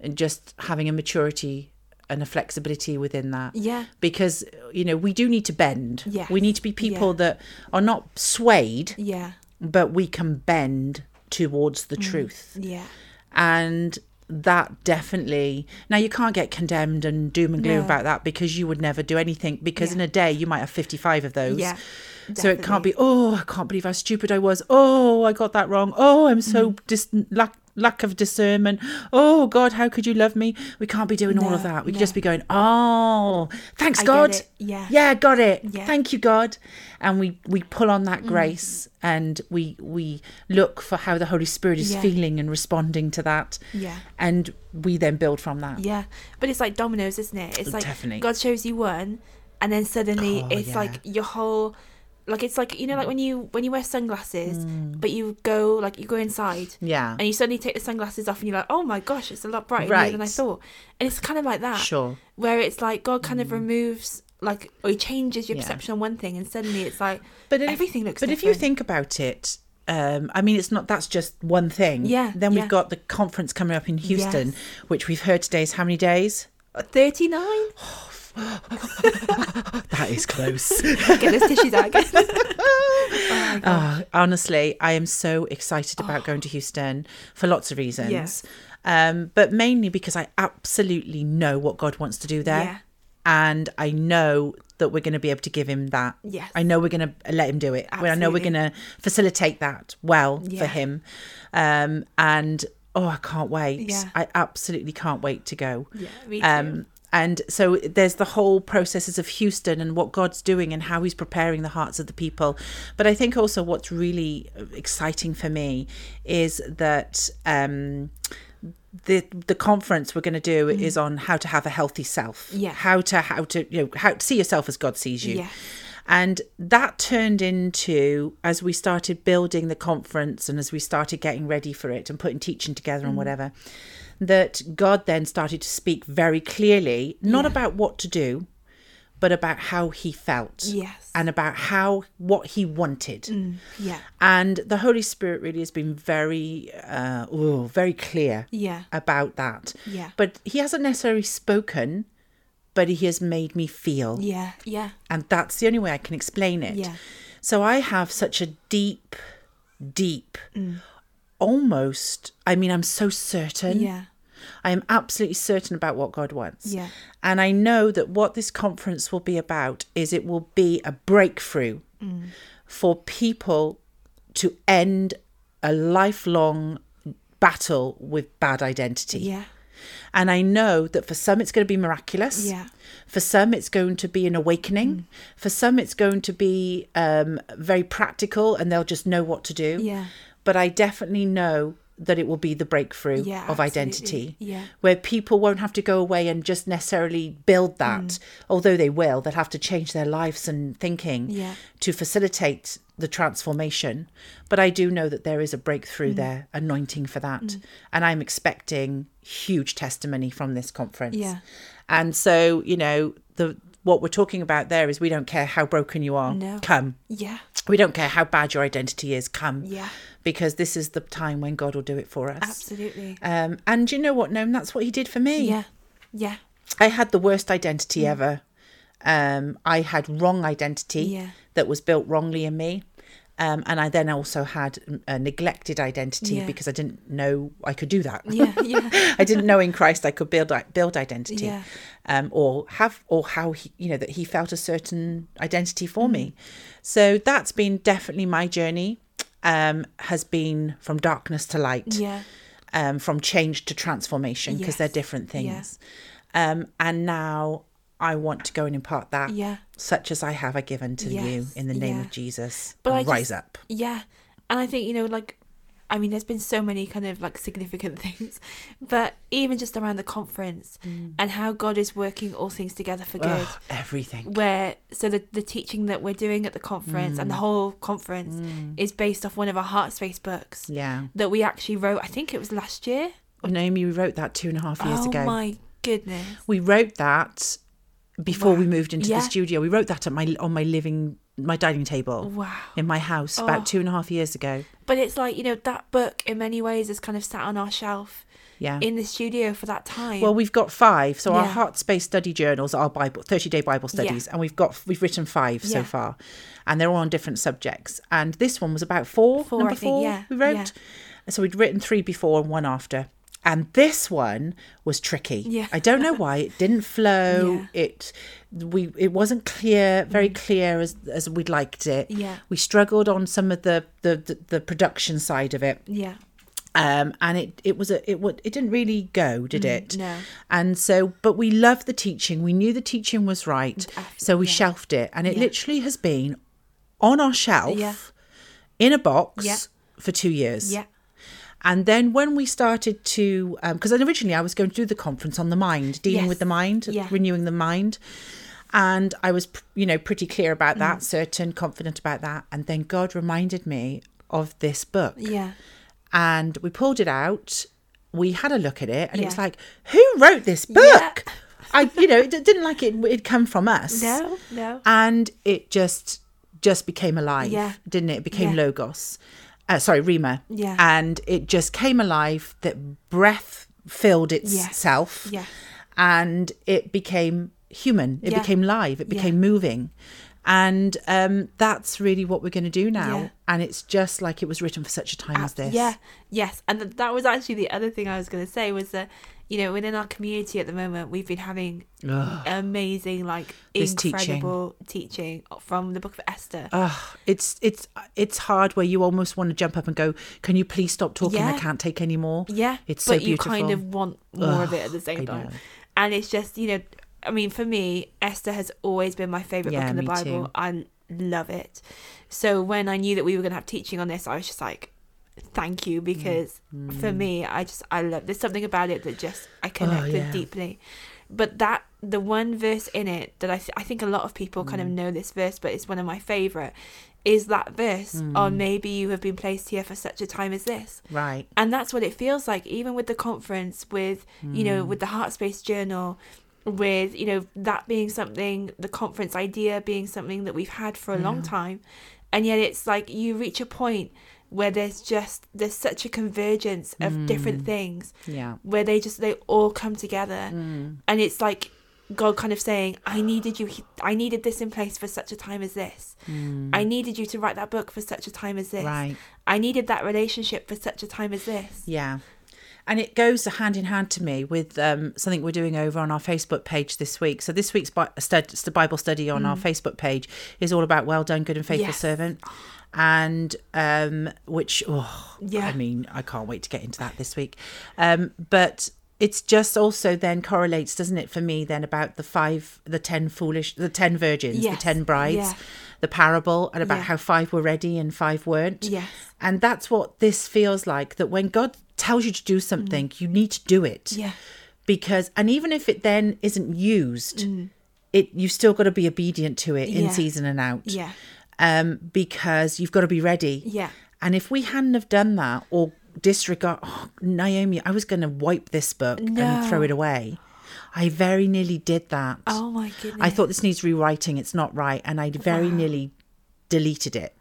Speaker 1: and just having a maturity and a flexibility within that
Speaker 2: Yeah.
Speaker 1: because you know we do need to bend
Speaker 2: Yes.
Speaker 1: we need to be people that are not swayed
Speaker 2: yeah,
Speaker 1: but we can bend towards the
Speaker 2: Mm.
Speaker 1: truth
Speaker 2: yeah.
Speaker 1: and that definitely now you can't get condemned and doom and gloom
Speaker 2: No.
Speaker 1: about that because you would never do anything because in a day you might have 55 of those
Speaker 2: Yeah,
Speaker 1: so it can't be oh i can't believe how stupid i was oh i got that wrong oh i'm so
Speaker 2: Mm.
Speaker 1: dis- lack lack of discernment oh god how could you love me we can't be doing all of
Speaker 2: No,
Speaker 1: that we can
Speaker 2: no.
Speaker 1: just be going oh thanks
Speaker 2: I get
Speaker 1: god
Speaker 2: it. Yeah.
Speaker 1: yeah got it
Speaker 2: Yeah. Mm.
Speaker 1: thank you god and we we pull on that grace and we we look for how the holy spirit is
Speaker 2: Yeah.
Speaker 1: feeling and responding to that
Speaker 2: Yeah.
Speaker 1: and we then build from that
Speaker 2: Yeah, but it's like dominoes, isn't it? It's like
Speaker 1: Definitely.
Speaker 2: God shows you one, and then suddenly
Speaker 1: Oh,
Speaker 2: it's
Speaker 1: yeah.
Speaker 2: like your whole, like it's like you know, like when you when you wear sunglasses,
Speaker 1: Mm.
Speaker 2: but you go like you go inside,
Speaker 1: Yeah.
Speaker 2: and you suddenly take the sunglasses off, and you're like, oh my gosh, it's a lot brighter here than I
Speaker 1: Right.
Speaker 2: thought, and it's kind of like that,
Speaker 1: Sure. Mm.
Speaker 2: where it's like God kind of removes like or He changes your
Speaker 1: Yeah.
Speaker 2: perception on one thing, and suddenly it's like,
Speaker 1: but if-
Speaker 2: everything looks.
Speaker 1: but if you
Speaker 2: different.
Speaker 1: think about it um, I mean, it's not. That's just one thing.
Speaker 2: Yeah,
Speaker 1: Then we've
Speaker 2: yeah.
Speaker 1: got the conference coming up in Houston,
Speaker 2: Yes.
Speaker 1: which we've heard today is how many days?
Speaker 2: thirty nine,
Speaker 1: that is close.
Speaker 2: Oh, Get those tissues out again. oh, my God.
Speaker 1: Ah, honestly, I am so excited
Speaker 2: Oh.
Speaker 1: about going to Houston for lots of reasons.
Speaker 2: Yes.
Speaker 1: Um, but mainly because I absolutely know what God wants to do there.
Speaker 2: Yeah.
Speaker 1: And I know that we're going to be able to give him that.
Speaker 2: Yes.
Speaker 1: I know we're going to let him do it. I know we're
Speaker 2: Absolutely.
Speaker 1: going to facilitate that well for
Speaker 2: Yeah.
Speaker 1: him. Um, and oh, I can't wait.
Speaker 2: Yeah.
Speaker 1: I absolutely can't wait to go.
Speaker 2: Yeah, me too.
Speaker 1: Um, and so there's the whole processes of Houston and what God's doing and how He's preparing the hearts of the people. But I think also what's really exciting for me is that um, the the conference we're going to do
Speaker 2: Mm-hmm.
Speaker 1: is on how to have a healthy self.
Speaker 2: Yeah.
Speaker 1: How to how to you know how to see yourself as God sees you.
Speaker 2: Yeah.
Speaker 1: And that turned into as we started building the conference and as we started getting ready for it and putting teaching together
Speaker 2: Mm.
Speaker 1: and whatever, that God then started to speak very clearly, not about what to do, but about how he felt.
Speaker 2: Yes. Mm.
Speaker 1: And about how what he wanted.
Speaker 2: Yeah.
Speaker 1: And the Holy Spirit really has been very uh ooh, very clear
Speaker 2: Yeah.
Speaker 1: about that.
Speaker 2: Yeah.
Speaker 1: But he hasn't necessarily spoken, but he has made me feel.
Speaker 2: Yeah. Yeah.
Speaker 1: And that's the only way I can explain it.
Speaker 2: Yeah.
Speaker 1: So I have such a deep, deep,
Speaker 2: Mm.
Speaker 1: almost, I mean, I'm so certain.
Speaker 2: Yeah.
Speaker 1: I am absolutely certain about what God wants.
Speaker 2: Yeah.
Speaker 1: And I know that what this conference will be about is it will be a breakthrough
Speaker 2: Mm.
Speaker 1: for people to end a lifelong battle with bad identity.
Speaker 2: Yeah.
Speaker 1: And I know that for some it's going to be miraculous.
Speaker 2: Yeah. Mm.
Speaker 1: For some it's going to be an awakening. For some it's going to be um, very practical and they'll just know what to do.
Speaker 2: Yeah.
Speaker 1: But I definitely know that it will be the breakthrough
Speaker 2: Yeah,
Speaker 1: of
Speaker 2: absolutely.
Speaker 1: identity
Speaker 2: Yeah.
Speaker 1: where people won't have to go away and just necessarily build that
Speaker 2: Mm.
Speaker 1: although they will they'll have to change their lives and thinking
Speaker 2: Yeah.
Speaker 1: to facilitate the transformation but i do know that there is a
Speaker 2: Mm.
Speaker 1: breakthrough there anointing for that and i'm expecting huge testimony from this conference
Speaker 2: Yeah.
Speaker 1: and so you know the what we're talking about there is we don't care how broken you are
Speaker 2: No.
Speaker 1: come
Speaker 2: Yeah.
Speaker 1: we don't care how bad your identity is come
Speaker 2: Yeah.
Speaker 1: because this is the time when god will do it for us
Speaker 2: Absolutely.
Speaker 1: um, and you know what, Noam? That's what he did for me.
Speaker 2: Yeah. Mm. Yeah.
Speaker 1: I had the worst identity ever. Um, I had wrong identity
Speaker 2: Yeah.
Speaker 1: that was built wrongly in me. Um, and I then also had a neglected identity
Speaker 2: Yeah.
Speaker 1: because I didn't know I could do that.
Speaker 2: Yeah. Yeah.
Speaker 1: I didn't know in Christ I could build build identity,
Speaker 2: Yeah.
Speaker 1: um, or have or how he, you know that He felt a certain identity for
Speaker 2: Mm.
Speaker 1: me. So that's been definitely my journey. Um, has been from darkness to light
Speaker 2: Yeah.
Speaker 1: um, from change to transformation because they're
Speaker 2: Yes.
Speaker 1: different
Speaker 2: Yeah.
Speaker 1: things. Um, and now I want to go and impart that,
Speaker 2: Yeah.
Speaker 1: such as I have I given to you
Speaker 2: Yes.
Speaker 1: in the name
Speaker 2: Yeah.
Speaker 1: of Jesus.
Speaker 2: But I
Speaker 1: And rise
Speaker 2: just-
Speaker 1: up.
Speaker 2: Yeah. And I think, you know, like, I mean, there's been so many kind of like significant things, but even just around the conference and how God is working all things together for good.
Speaker 1: Mm. Ugh, everything.
Speaker 2: Where, so the, the teaching that we're doing at the conference and the
Speaker 1: Mm.
Speaker 2: whole conference is based off one of our Heart Space books
Speaker 1: Yeah.
Speaker 2: that we actually wrote, I think it was last year.
Speaker 1: Naomi, we wrote that two and a half years
Speaker 2: oh
Speaker 1: ago.
Speaker 2: my goodness.
Speaker 1: We wrote that before we
Speaker 2: Wow.
Speaker 1: moved into
Speaker 2: Yeah.
Speaker 1: the studio. We wrote that at my on my living my dining table
Speaker 2: Wow.
Speaker 1: in my house about
Speaker 2: Oh.
Speaker 1: two and a half years ago.
Speaker 2: But it's like, you know, that book in many ways has kind of sat on our shelf
Speaker 1: Yeah.
Speaker 2: in the studio for that time.
Speaker 1: Well, we've got five. So our
Speaker 2: Yeah.
Speaker 1: heart space study journals are Bible thirty day Bible
Speaker 2: Yeah.
Speaker 1: studies, and we've got we've written five so
Speaker 2: Yeah.
Speaker 1: far, and they're all on different subjects. And this one was about four.
Speaker 2: Four,
Speaker 1: number
Speaker 2: I think,
Speaker 1: four.
Speaker 2: yeah,
Speaker 1: We wrote.
Speaker 2: yeah.
Speaker 1: So we'd written three before and one after. And this one was tricky.
Speaker 2: Yeah.
Speaker 1: I don't know why it didn't flow.
Speaker 2: Yeah. Mm.
Speaker 1: It we it wasn't clear, very clear as as we'd liked it.
Speaker 2: Yeah.
Speaker 1: We struggled on some of the the the, the production side of it
Speaker 2: yeah.
Speaker 1: um and it it was a it wa- it didn't really go did it
Speaker 2: Mm, no.
Speaker 1: and so but we loved the teaching we knew the teaching was right so we shelved it and it
Speaker 2: Yeah.
Speaker 1: literally has been on our shelf
Speaker 2: Yeah.
Speaker 1: in a box
Speaker 2: Yeah.
Speaker 1: for two years
Speaker 2: Yeah.
Speaker 1: and then when we started to, because then originally I was going to do the conference on the mind, dealing
Speaker 2: Yes.
Speaker 1: with the mind,
Speaker 2: Yeah.
Speaker 1: renewing the mind. And I was, p- you know, pretty clear about
Speaker 2: Mm.
Speaker 1: that, certain, confident about that. And then God reminded me of this book
Speaker 2: Yeah.
Speaker 1: and we pulled it out. We had a look at it, and it was
Speaker 2: Yeah.
Speaker 1: like, who wrote this
Speaker 2: Yeah.
Speaker 1: book? I, you know, it d- didn't like it. It'd come from us,
Speaker 2: No, no.
Speaker 1: and it just just became alive,
Speaker 2: Yeah.
Speaker 1: didn't it? It became
Speaker 2: Yeah.
Speaker 1: logos, uh, sorry, Rima,
Speaker 2: Yeah.
Speaker 1: and it just came alive. That breath filled itself,
Speaker 2: Yeah.
Speaker 1: and it became human. It
Speaker 2: Yeah.
Speaker 1: became live. It
Speaker 2: Yeah.
Speaker 1: became moving. And um, that's really what we're going to do now.
Speaker 2: Yeah.
Speaker 1: And it's just like it was written for such a time as this.
Speaker 2: Yeah, yes, and th- that was actually the other thing I was going to say was that you know within our community at the moment we've been having
Speaker 1: Ugh.
Speaker 2: amazing like
Speaker 1: This teaching.
Speaker 2: incredible teaching. from the Book of Esther.
Speaker 1: Ugh, it's it's it's hard where you almost want to jump up and go, "Can you please stop talking? I
Speaker 2: Yeah.
Speaker 1: can't take any more."
Speaker 2: yeah,
Speaker 1: it's so
Speaker 2: but you kind
Speaker 1: beautiful.
Speaker 2: of want more of it at the
Speaker 1: I
Speaker 2: same time,
Speaker 1: know.
Speaker 2: and it's just you know, I mean for me Esther has always been my favorite
Speaker 1: Yeah,
Speaker 2: book in the
Speaker 1: me
Speaker 2: Bible.
Speaker 1: too.
Speaker 2: I love it. So when I knew that we were going to have teaching on this, I was just like. Thank
Speaker 1: Mm,
Speaker 2: you because for me, I just I love. There's something about it that just I connect
Speaker 1: Oh, yeah.
Speaker 2: with deeply. but that the one verse in it that I, th- I think a lot of people kind
Speaker 1: Mm.
Speaker 2: of know this verse but it's one of my favorite is that verse
Speaker 1: Mm.
Speaker 2: or maybe you have been placed here for such a time as this
Speaker 1: Right.
Speaker 2: and that's what it feels like even with the conference with you know with the heart space journal with you know that being something the conference idea being something that we've had for a long time and yet it's like you reach a point where there's just there's such a convergence of different things
Speaker 1: Yeah.
Speaker 2: where they just they all come together and it's like god kind of saying i needed you he- i needed this in place for such a time as this i needed you to write that book for such a time as this
Speaker 1: Right.
Speaker 2: i needed that relationship for such a time as this
Speaker 1: Yeah. And it goes hand in hand to me with um, something we're doing over on our Facebook page this week. So this week's Bi- stud- stu- Bible study on our Facebook page is all about well done, good and faithful
Speaker 2: Mm. Yes.
Speaker 1: servant, and um, which oh,
Speaker 2: Yeah.
Speaker 1: I mean, I can't wait to get into that this week. Um, but it's just also then correlates, doesn't it, for me then about the five, the ten foolish, the ten virgins, the
Speaker 2: Yes.
Speaker 1: ten brides,
Speaker 2: Yeah.
Speaker 1: the parable, and about
Speaker 2: Yeah.
Speaker 1: how five were ready and five weren't.
Speaker 2: Yes.
Speaker 1: And that's what this feels like that when God tells you to do something, you need to do it.
Speaker 2: Yeah.
Speaker 1: Because, and even if it then isn't used, it you've still got to be obedient to it in
Speaker 2: Mm. Yeah.
Speaker 1: season and out.
Speaker 2: yeah
Speaker 1: Um, because you've got to be ready.
Speaker 2: Yeah.
Speaker 1: And if we hadn't have done that or disregard, oh, Naomi, I was going to wipe this book
Speaker 2: No.
Speaker 1: and throw it away. I very nearly did that.
Speaker 2: oh my goodness
Speaker 1: I thought this needs rewriting. It's not right, and I very nearly deleted it.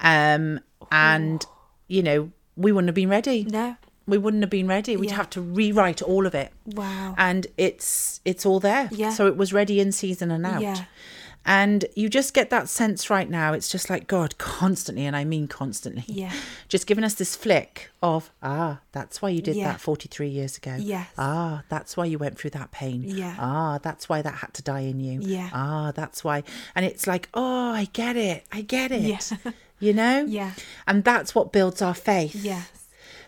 Speaker 1: Um, and you know, we wouldn't have been ready.
Speaker 2: no
Speaker 1: We wouldn't have been ready. We'd
Speaker 2: Yeah.
Speaker 1: have to rewrite all of it.
Speaker 2: wow
Speaker 1: And it's it's all there.
Speaker 2: Yeah.
Speaker 1: So it was ready in season and out.
Speaker 2: Yeah.
Speaker 1: And you just get that sense right now. It's just like God constantly, and I mean constantly.
Speaker 2: Yeah.
Speaker 1: Just giving us this flick of ah, that's why you did
Speaker 2: Yeah.
Speaker 1: that forty three years ago.
Speaker 2: Yes.
Speaker 1: Ah, that's why you went through that pain.
Speaker 2: Yeah.
Speaker 1: Ah, that's why that had to die in you.
Speaker 2: Yeah.
Speaker 1: Ah, that's why. And it's like, oh, I get it. I get it.
Speaker 2: Yeah.
Speaker 1: You know?
Speaker 2: Yeah.
Speaker 1: And that's what builds our faith.
Speaker 2: yes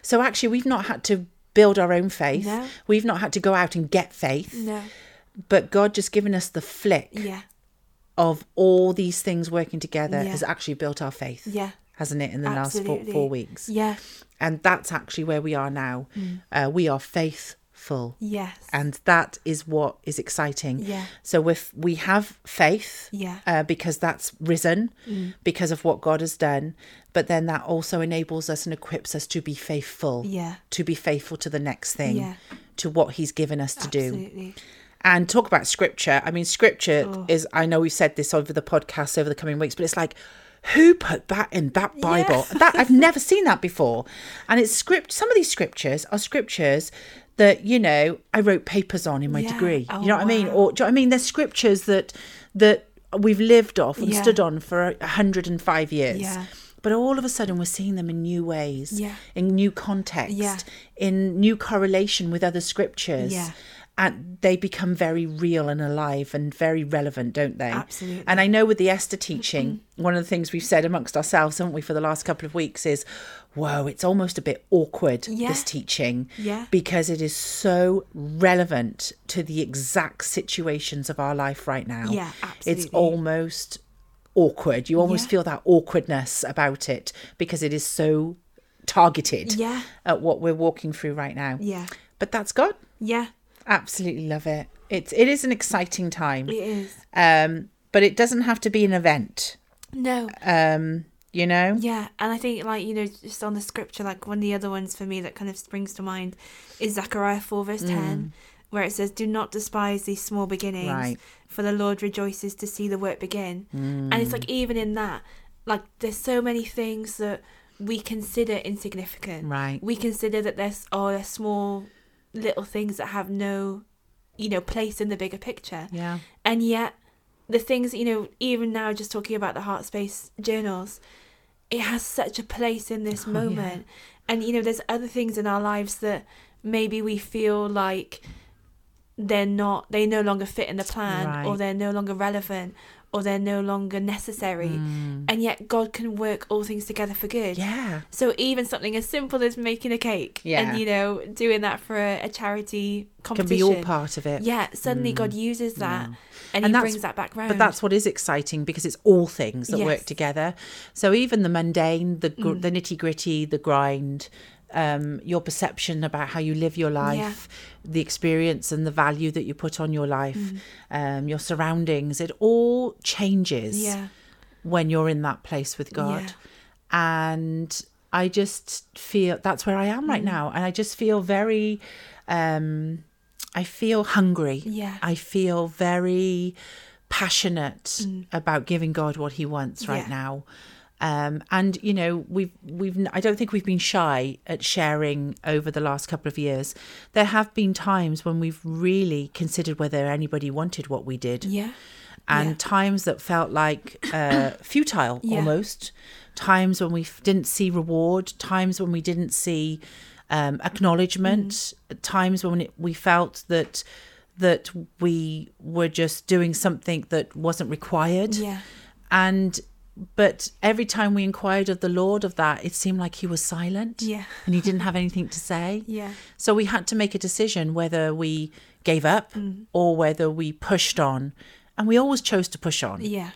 Speaker 1: So actually, we've not had to build our own faith.
Speaker 2: No.
Speaker 1: We've not had to go out and get faith,
Speaker 2: no
Speaker 1: but God just given us the flick
Speaker 2: yeah
Speaker 1: of all these things working together
Speaker 2: Yeah.
Speaker 1: has actually built our faith.
Speaker 2: yeah
Speaker 1: Hasn't it in the last four,
Speaker 2: Absolutely.
Speaker 1: four weeks?
Speaker 2: yeah Mm.
Speaker 1: And that's actually where we are now. Uh, we are faithful.
Speaker 2: yes
Speaker 1: And that is what is exciting.
Speaker 2: Yeah.
Speaker 1: So if we have faith,
Speaker 2: Yeah. Mm.
Speaker 1: uh, because that's risen, because of what God has done, but then that also enables us and equips us to be faithful.
Speaker 2: Yeah.
Speaker 1: To be faithful to the next thing,
Speaker 2: Yeah.
Speaker 1: to what He's given us to do
Speaker 2: absolutely
Speaker 1: and talk about scripture. I mean, scripture
Speaker 2: Oh.
Speaker 1: is, I know we've said this over the podcast over the coming weeks, but it's like, who put that in that Bible? That I've never seen that before. And it's script, some of these scriptures are scriptures that, you know, I wrote papers on in my
Speaker 2: Yeah.
Speaker 1: degree.
Speaker 2: Oh,
Speaker 1: you know what I mean?
Speaker 2: wow.
Speaker 1: Or do you know what I mean? There's scriptures that, that, We've lived off and
Speaker 2: Yeah.
Speaker 1: stood on for 105 years.
Speaker 2: Yeah.
Speaker 1: But all of a sudden, we're seeing them in new ways,
Speaker 2: Yeah.
Speaker 1: in new context,
Speaker 2: Yeah.
Speaker 1: in new correlation with other scriptures
Speaker 2: Yeah.
Speaker 1: and they become very real and alive and very relevant, don't they?
Speaker 2: Absolutely.
Speaker 1: And I know with the Esther teaching, one of the things we've said amongst ourselves, haven't we, for the last couple of weeks is, whoa, it's almost a bit awkward,
Speaker 2: Yeah.
Speaker 1: this teaching,
Speaker 2: Yeah.
Speaker 1: because it is so relevant to the exact situations of our life right now.
Speaker 2: Yeah,
Speaker 1: It's
Speaker 2: absolutely.
Speaker 1: almost awkward. You almost
Speaker 2: Yeah.
Speaker 1: feel that awkwardness about it because it is so targeted
Speaker 2: Yeah.
Speaker 1: at what we're walking through right now.
Speaker 2: yeah
Speaker 1: But that's God.
Speaker 2: yeah
Speaker 1: Absolutely love it. It's it is an exciting time.
Speaker 2: it is
Speaker 1: Um, but it doesn't have to be an event.
Speaker 2: no
Speaker 1: Um, you know?
Speaker 2: Yeah, and I think like you know, just on the scripture, like one of the other ones for me that kind of springs to mind is Zechariah four verse ten, where it says, "Do not despise these small beginnings,
Speaker 1: Mm. Right.
Speaker 2: for the Lord rejoices to see the work begin." And it's
Speaker 1: Mm.
Speaker 2: like even in that, like there's so many things that we consider insignificant.
Speaker 1: Right.
Speaker 2: We consider that there's oh, there's small little things that have no you know, placed in the bigger picture.
Speaker 1: Yeah.
Speaker 2: And yet, the things, you know, even now, just talking about the heart space journals, it has such a place in
Speaker 1: Oh,
Speaker 2: this moment. And, you know, there's other things in our lives that maybe we feel like they're not, they no longer fit in the plan or
Speaker 1: Right.
Speaker 2: they're no longer relevant or they're no longer necessary.
Speaker 1: Mm.
Speaker 2: And yet, God can work all things together for good.
Speaker 1: Yeah.
Speaker 2: So even something as simple as making a cake
Speaker 1: Yeah.
Speaker 2: and you know doing that for a, a charity
Speaker 1: Can
Speaker 2: competition
Speaker 1: be all part of it. Mm.
Speaker 2: Yeah, suddenly God uses that and,
Speaker 1: And
Speaker 2: he
Speaker 1: that's-
Speaker 2: brings that back round.
Speaker 1: But that's what is exciting because it's all things that
Speaker 2: Yes. Mm.
Speaker 1: work together. So even the mundane, the gr- the nitty gritty, the grind, um, your perception about how you live your life, the experience and the value that you put on your life, um, your surroundings, it all changes
Speaker 2: Mm. yeah,
Speaker 1: when you're in that place with God.
Speaker 2: Yeah.
Speaker 1: And I just feel that's where I am
Speaker 2: Mm.
Speaker 1: right now. And I just feel very, um, I feel hungry.
Speaker 2: Yeah.
Speaker 1: I feel very passionate about giving God what He wants right
Speaker 2: Mm. Yeah.
Speaker 1: now. Um, and you know we've we've I don't think we've been shy at sharing over the last couple of years. There have been times when we've really considered whether anybody wanted what we did
Speaker 2: yeah,
Speaker 1: and
Speaker 2: Yeah.
Speaker 1: times that felt like uh, futile
Speaker 2: Yeah.
Speaker 1: almost times when we f- didn't see reward times when we didn't see um, acknowledgement
Speaker 2: Mm-hmm.
Speaker 1: times when it, we felt that that we were just doing something that wasn't required
Speaker 2: yeah,
Speaker 1: and but every time we inquired of the lord of that it seemed like he was silent
Speaker 2: Yeah.
Speaker 1: and he didn't have anything to say
Speaker 2: yeah,
Speaker 1: so we had to make a decision whether we gave up
Speaker 2: Mm.
Speaker 1: or whether we pushed on. And we always chose to push on.
Speaker 2: yeah,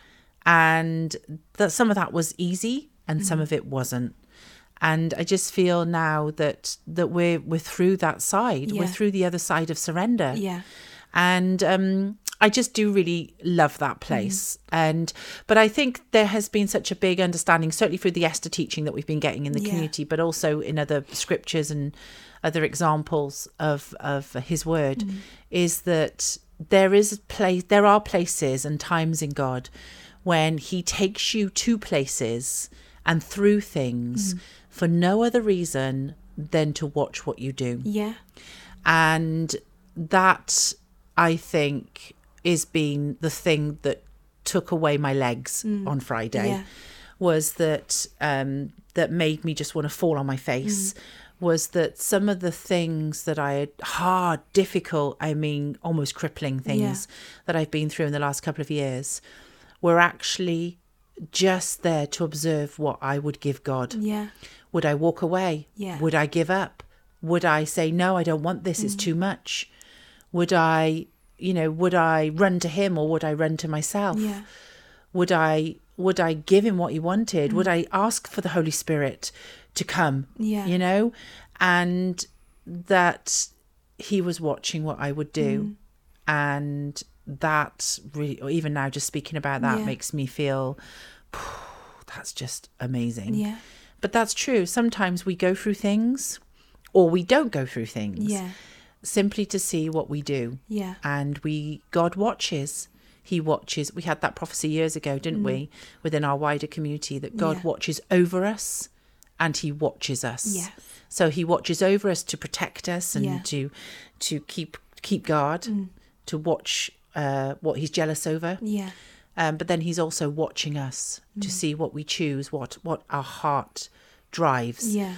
Speaker 1: And that some of that was easy and
Speaker 2: Mm.
Speaker 1: some of it wasn't. And I just feel now that that we're we're through that side.
Speaker 2: Yeah.
Speaker 1: We're through the other side of surrender
Speaker 2: yeah,
Speaker 1: and um, I just do really love that
Speaker 2: Mm-hmm.
Speaker 1: place. And but I think there has been such a big understanding, certainly through the Esther teaching that we've been getting in the
Speaker 2: Yeah.
Speaker 1: community, but also in other scriptures and other examples of of His Word, is that there is a place, there are places and times in God when He takes you to places and through things for no other reason than to watch what you do
Speaker 2: yeah,
Speaker 1: and that I think is been the thing that took away my legs on Friday
Speaker 2: Yeah.
Speaker 1: was that um, that made me just want to fall on my face was that some of the things that I had hard, difficult, I mean almost crippling things that I've been through in the last couple of years were actually just there to observe what I would give God.
Speaker 2: yeah,
Speaker 1: Would I walk away?
Speaker 2: Yeah.
Speaker 1: Would I give up? Would I say, no, I don't want this, it's too
Speaker 2: Mm.
Speaker 1: much? Would I, you know, would I run to him or would I run to myself?
Speaker 2: yeah,
Speaker 1: Would I would I give him what he wanted? Would I ask for the Holy Spirit to come?
Speaker 2: Mm. Yeah.
Speaker 1: You know? And that he was watching what I would
Speaker 2: Mm.
Speaker 1: do. And that really or even now just speaking about that
Speaker 2: Yeah.
Speaker 1: makes me feel that's just amazing.
Speaker 2: yeah,
Speaker 1: But that's true. Sometimes we go through things or we don't go through things
Speaker 2: yeah,
Speaker 1: simply to see what we do.
Speaker 2: yeah,
Speaker 1: And we God watches. He watches. We had that prophecy years ago, didn't we, within our wider community that God
Speaker 2: Mm. Yeah.
Speaker 1: watches over us and he watches us.
Speaker 2: Yes.
Speaker 1: So he watches over us to protect us and
Speaker 2: Yeah. Mm.
Speaker 1: to to keep keep guard, to watch uh, what he's jealous over.
Speaker 2: yeah,
Speaker 1: Um, but then he's also watching us
Speaker 2: Mm.
Speaker 1: to see what we choose, what what our heart drives,
Speaker 2: yeah,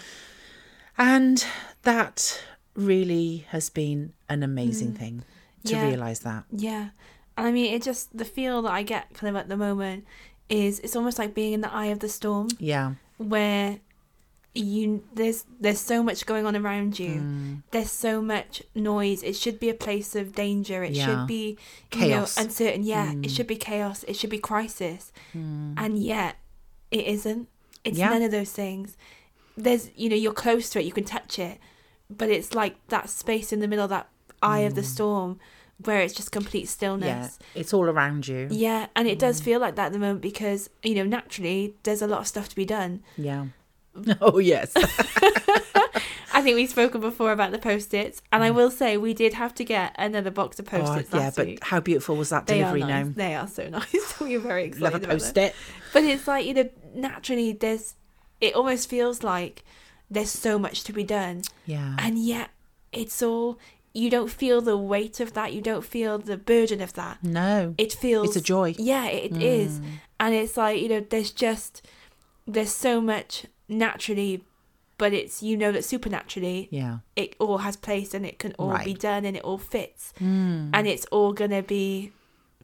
Speaker 1: and that really has been an amazing thing to
Speaker 2: Mm. Yeah.
Speaker 1: realize that.
Speaker 2: yeah. And I mean, it just the feel that I get kind of at the moment is it's almost like being in the eye of the storm.
Speaker 1: Yeah,
Speaker 2: where you there's there's so much going on around you
Speaker 1: Mm.
Speaker 2: there's so much noise it should be a place of danger it
Speaker 1: Yeah.
Speaker 2: should be
Speaker 1: Chaos. Mm.
Speaker 2: you know uncertain yeah it should be chaos it should be crisis and yet it isn't it's
Speaker 1: Yeah.
Speaker 2: none of those things there's you know you're close to it you can touch it but it's like that space in the middle that eye of the
Speaker 1: Mm.
Speaker 2: storm where it's just complete stillness
Speaker 1: yeah, it's all around you.
Speaker 2: yeah and it
Speaker 1: Mm.
Speaker 2: does feel like that at the moment because you know naturally there's a lot of stuff to be done
Speaker 1: Yeah. Oh yes.
Speaker 2: I think we've spoken before about the post-its, and I will say we did have to get another box of
Speaker 1: Mm. oh,
Speaker 2: post-its
Speaker 1: yeah,
Speaker 2: last
Speaker 1: but
Speaker 2: week.
Speaker 1: how beautiful was that
Speaker 2: They are
Speaker 1: delivery
Speaker 2: nice.
Speaker 1: now?
Speaker 2: They are so nice. we were very excited
Speaker 1: Love a
Speaker 2: about
Speaker 1: post
Speaker 2: them.
Speaker 1: it.
Speaker 2: But it's like you know, naturally, there's. It
Speaker 1: Mm.
Speaker 2: almost feels like there's so much to be done,
Speaker 1: Yeah.
Speaker 2: and yet it's all you don't feel the weight of that. You don't feel the burden of that.
Speaker 1: No.
Speaker 2: It feels
Speaker 1: It's a joy. Mm.
Speaker 2: Yeah, it it is, and it's like you know, there's just there's so much naturally, but it's you know that supernaturally
Speaker 1: yeah.
Speaker 2: it all has place and it can all be
Speaker 1: Right. Hmm.
Speaker 2: done and it all fits and it's all gonna be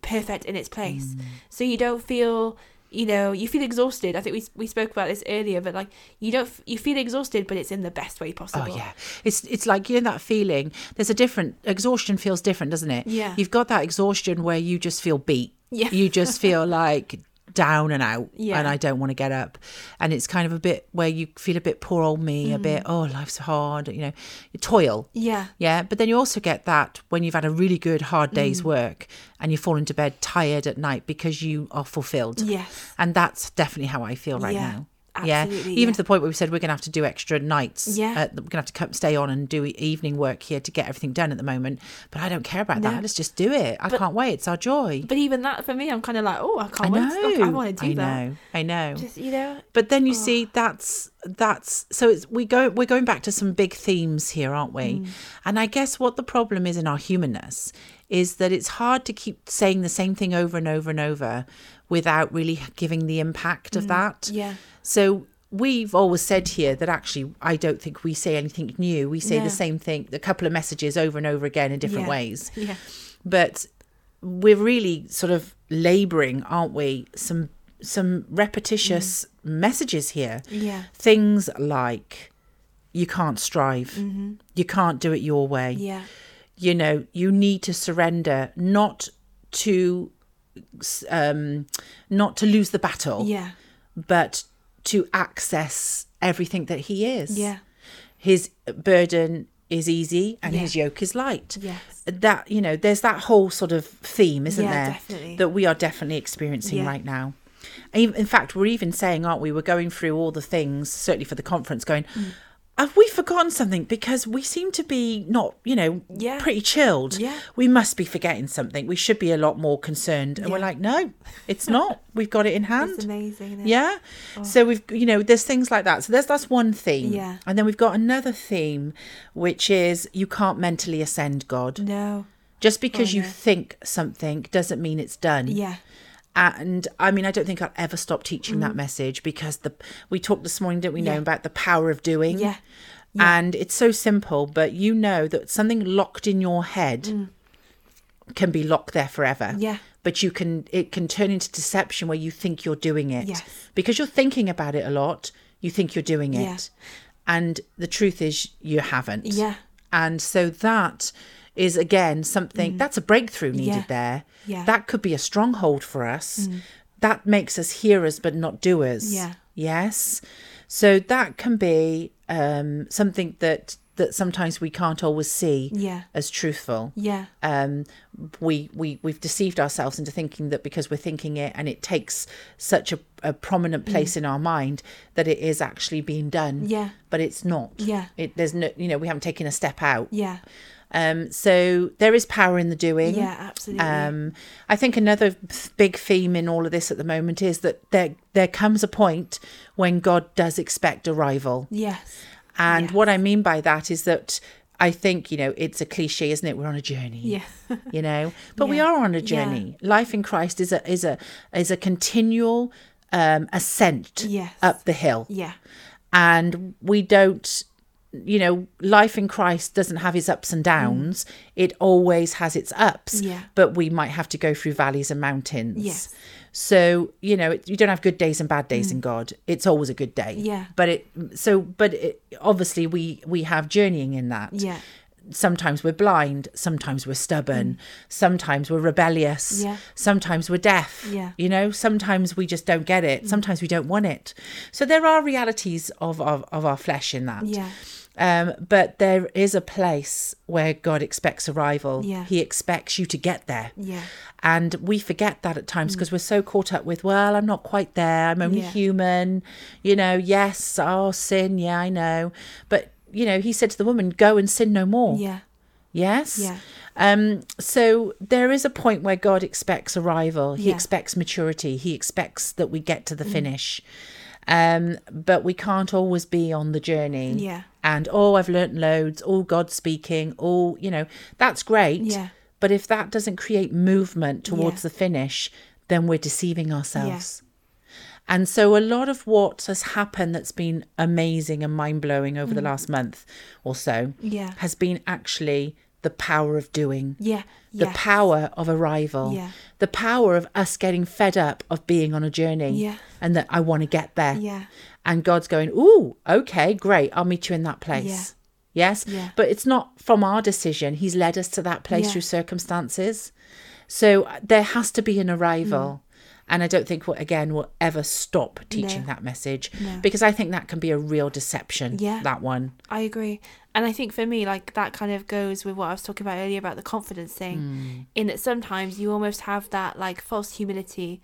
Speaker 2: perfect in its place
Speaker 1: Hmm.
Speaker 2: so you don't feel you know you feel exhausted i think we, we spoke about this earlier but like you don't f- you feel exhausted but it's in the best way
Speaker 1: Oh
Speaker 2: possible
Speaker 1: yeah, it's it's like you know that feeling. There's a different exhaustion feels different, doesn't it?
Speaker 2: Yeah.
Speaker 1: you've got that exhaustion where you just feel beat.
Speaker 2: Yeah.
Speaker 1: you just feel like down and out,
Speaker 2: Yeah.
Speaker 1: and I don't want to get up. And it's kind of a bit where you feel a bit poor old me, a bit oh life's hard, you know, toil.
Speaker 2: Mm. yeah
Speaker 1: Yeah, but then you also get that when you've had a really good hard
Speaker 2: Mm.
Speaker 1: day's work and you fall into bed tired at night because you are fulfilled.
Speaker 2: yes
Speaker 1: And that's definitely how I feel right
Speaker 2: Yeah,
Speaker 1: now.
Speaker 2: absolutely,
Speaker 1: yeah, even
Speaker 2: yeah.
Speaker 1: to the point where we said we're going to have to do extra nights.
Speaker 2: Yeah.
Speaker 1: uh, we're going to have to come, stay on and do e- evening work here to get everything done at the moment. But I don't care about that. Let's just do it. I can't wait. It's our joy.
Speaker 2: but even that for me i'm kind of like oh i
Speaker 1: I
Speaker 2: can't
Speaker 1: know.
Speaker 2: wait i want to do
Speaker 1: I
Speaker 2: that
Speaker 1: know. I know.
Speaker 2: just you know
Speaker 1: But then you
Speaker 2: Oh.
Speaker 1: see that's that's so it's we go we're going back to some big themes here, aren't we?
Speaker 2: Mm.
Speaker 1: And I guess what the problem is in our humanness is that it's hard to keep saying the same thing over and over and over without really giving the impact of that.
Speaker 2: Mm. yeah
Speaker 1: So we've always said here that actually I don't think we say anything new. We say
Speaker 2: No.
Speaker 1: the same thing, a couple of messages over and over again in different
Speaker 2: Yeah.
Speaker 1: ways
Speaker 2: yeah
Speaker 1: but we're really sort of laboring aren't we some some repetitious messages here
Speaker 2: yeah
Speaker 1: things like you can't strive you can't do it your way
Speaker 2: yeah
Speaker 1: you know you need to surrender not to um not to lose the battle
Speaker 2: yeah
Speaker 1: but to access everything that he is
Speaker 2: yeah
Speaker 1: his burden is easy and
Speaker 2: Yeah.
Speaker 1: his yoke is light
Speaker 2: yes
Speaker 1: that you know there's that whole sort of theme isn't
Speaker 2: Yeah,
Speaker 1: there
Speaker 2: definitely.
Speaker 1: that we are definitely experiencing
Speaker 2: Yeah.
Speaker 1: right now Even- in fact we're even saying aren't we we're going through all the things certainly for the conference going
Speaker 2: Mm.
Speaker 1: have we forgotten something because we seem to be not you know
Speaker 2: Yeah.
Speaker 1: pretty chilled
Speaker 2: Yeah.
Speaker 1: we must be forgetting something we should be a lot more concerned and we're
Speaker 2: Yeah.
Speaker 1: like no it's not we've got it in hand
Speaker 2: it's amazing isn't it?
Speaker 1: yeah. So we've you know there's things like that. So there's that's one theme.
Speaker 2: Oh. Yeah.
Speaker 1: And then we've got another theme, which is you can't mentally ascend God.
Speaker 2: no
Speaker 1: Just because you
Speaker 2: no.
Speaker 1: think something doesn't mean it's done.
Speaker 2: Oh, yeah
Speaker 1: And I mean, I don't think I'll ever stop teaching that message because the we talked this morning, didn't we? Know
Speaker 2: Mm. Yeah.
Speaker 1: about the power of doing.
Speaker 2: yeah
Speaker 1: And it's so simple, but you know that something locked in your head can be locked there forever.
Speaker 2: Mm. Yeah.
Speaker 1: But you can it can turn into deception where you think you're doing it.
Speaker 2: Yes.
Speaker 1: Because you're thinking about it a lot, you think you're doing it.
Speaker 2: Yeah.
Speaker 1: And the truth is you haven't.
Speaker 2: Yeah.
Speaker 1: And so that is again something that's a breakthrough needed
Speaker 2: Mm. Yeah.
Speaker 1: there.
Speaker 2: Yeah. Mm.
Speaker 1: That could be a stronghold for us. That makes us hearers but not doers.
Speaker 2: Yeah.
Speaker 1: Yes. So that can be um, something that that sometimes we can't always see
Speaker 2: Yeah.
Speaker 1: as truthful.
Speaker 2: yeah
Speaker 1: Um, we we we've deceived ourselves into thinking that because we're thinking it and it takes such a, a
Speaker 2: Mm.
Speaker 1: prominent place in our mind that it is actually being done.
Speaker 2: Yeah.
Speaker 1: But it's not.
Speaker 2: Yeah.
Speaker 1: It there's no you know we haven't taken a step out.
Speaker 2: yeah
Speaker 1: Um. So there is power in the doing.
Speaker 2: yeah absolutely
Speaker 1: Um, I think another th- big theme in all of this at the moment is that there there comes a point when God does expect a rival,
Speaker 2: yes
Speaker 1: and
Speaker 2: Yeah.
Speaker 1: what I mean by that is that I think you know it's a cliche, isn't it? We're on a journey,
Speaker 2: yeah
Speaker 1: you know, but we
Speaker 2: Yeah.
Speaker 1: are on a
Speaker 2: Yeah.
Speaker 1: journey. Life in Christ is a is a is a continual um, ascent
Speaker 2: Yes.
Speaker 1: up the hill,
Speaker 2: yeah
Speaker 1: and we don't you know life in christ doesn't have its ups and downs it always has its ups
Speaker 2: Mm. Yeah.
Speaker 1: but we might have to go through valleys and mountains
Speaker 2: Yes. Mm.
Speaker 1: so you know it, you don't have good days and bad days in god it's always a good day
Speaker 2: Yeah.
Speaker 1: but it so but it, obviously we we have journeying in that
Speaker 2: yeah
Speaker 1: sometimes we're blind sometimes we're stubborn sometimes we're rebellious
Speaker 2: Mm. Yeah.
Speaker 1: sometimes we're deaf
Speaker 2: Yeah. Mm.
Speaker 1: you know sometimes we just don't get it sometimes we don't want it so there are realities of of, of our flesh in that
Speaker 2: yeah
Speaker 1: um, but there is a place where god expects arrival
Speaker 2: Yeah.
Speaker 1: he expects you to get there
Speaker 2: Yeah. Mm.
Speaker 1: and we forget that at times because we're so caught up with well i'm not quite there i'm only
Speaker 2: Yeah.
Speaker 1: human you know yes oh sin yeah i know but you know he said to the woman go and sin no more
Speaker 2: yeah
Speaker 1: Yes.
Speaker 2: Yeah.
Speaker 1: Um, so there is a point where God expects arrival. He
Speaker 2: Yeah. Mm.
Speaker 1: expects maturity. He expects that we get to the finish. Um, but we can't always be on the journey
Speaker 2: Yeah.
Speaker 1: and oh, I've learnt loads, all God speaking, all, you know, that's great.
Speaker 2: Yeah.
Speaker 1: But if that doesn't create movement towards
Speaker 2: Yeah.
Speaker 1: the finish, then we're deceiving ourselves. And so, a lot of what has happened that's been amazing and mind blowing over the last month or so
Speaker 2: Mm. Yeah.
Speaker 1: has been actually the power of doing
Speaker 2: Yeah.
Speaker 1: the
Speaker 2: Yeah.
Speaker 1: power of arrival,
Speaker 2: Yeah.
Speaker 1: the power of us getting fed up of being on a journey
Speaker 2: Yeah.
Speaker 1: and that I want to get there.
Speaker 2: Yeah.
Speaker 1: And God's going, Ooh, okay, great. I'll meet you in that place.
Speaker 2: Yeah.
Speaker 1: Yes.
Speaker 2: Yeah.
Speaker 1: But it's not from our decision. He's led us to that place
Speaker 2: Yeah.
Speaker 1: through circumstances. So uh, there has to be an arrival. And I don't think, we'll, again, we'll ever stop teaching
Speaker 2: Mm. No.
Speaker 1: that message
Speaker 2: No.
Speaker 1: because I think that can be a real deception.
Speaker 2: Yeah.
Speaker 1: That one.
Speaker 2: I agree. And I think for me, like that kind of goes with what I was talking about earlier about the confidence thing,
Speaker 1: Hmm.
Speaker 2: in that sometimes you almost have that like false humility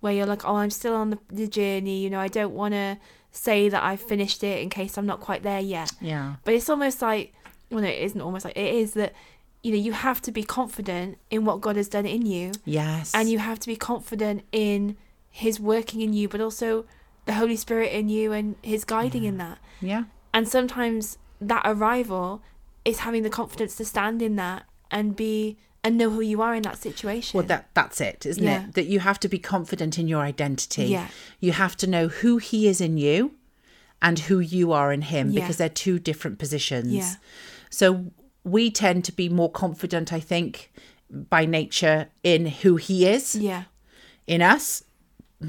Speaker 2: where you're like, oh, I'm still on the, the journey, you know, I don't want to say that I've finished it in case I'm not quite there yet.
Speaker 1: Yeah.
Speaker 2: But it's almost like, well, no, it isn't almost like, it is that, you know, you have to be confident in what God has done in you
Speaker 1: Yes.
Speaker 2: and you have to be confident in His working in you, but also the Holy Spirit in you and His guiding in that.
Speaker 1: Yeah.
Speaker 2: And sometimes that arrival is having the confidence to stand in that and be and know who you are in that situation.
Speaker 1: Well, that that's it, isn't
Speaker 2: Yeah.
Speaker 1: it? That you have to be confident in your identity.
Speaker 2: Yeah.
Speaker 1: You have to know who he is in you and who you are in him
Speaker 2: Yeah.
Speaker 1: because they're two different positions.
Speaker 2: Yeah.
Speaker 1: So we tend to be more confident, I think, by nature in who he is
Speaker 2: yeah,
Speaker 1: in us,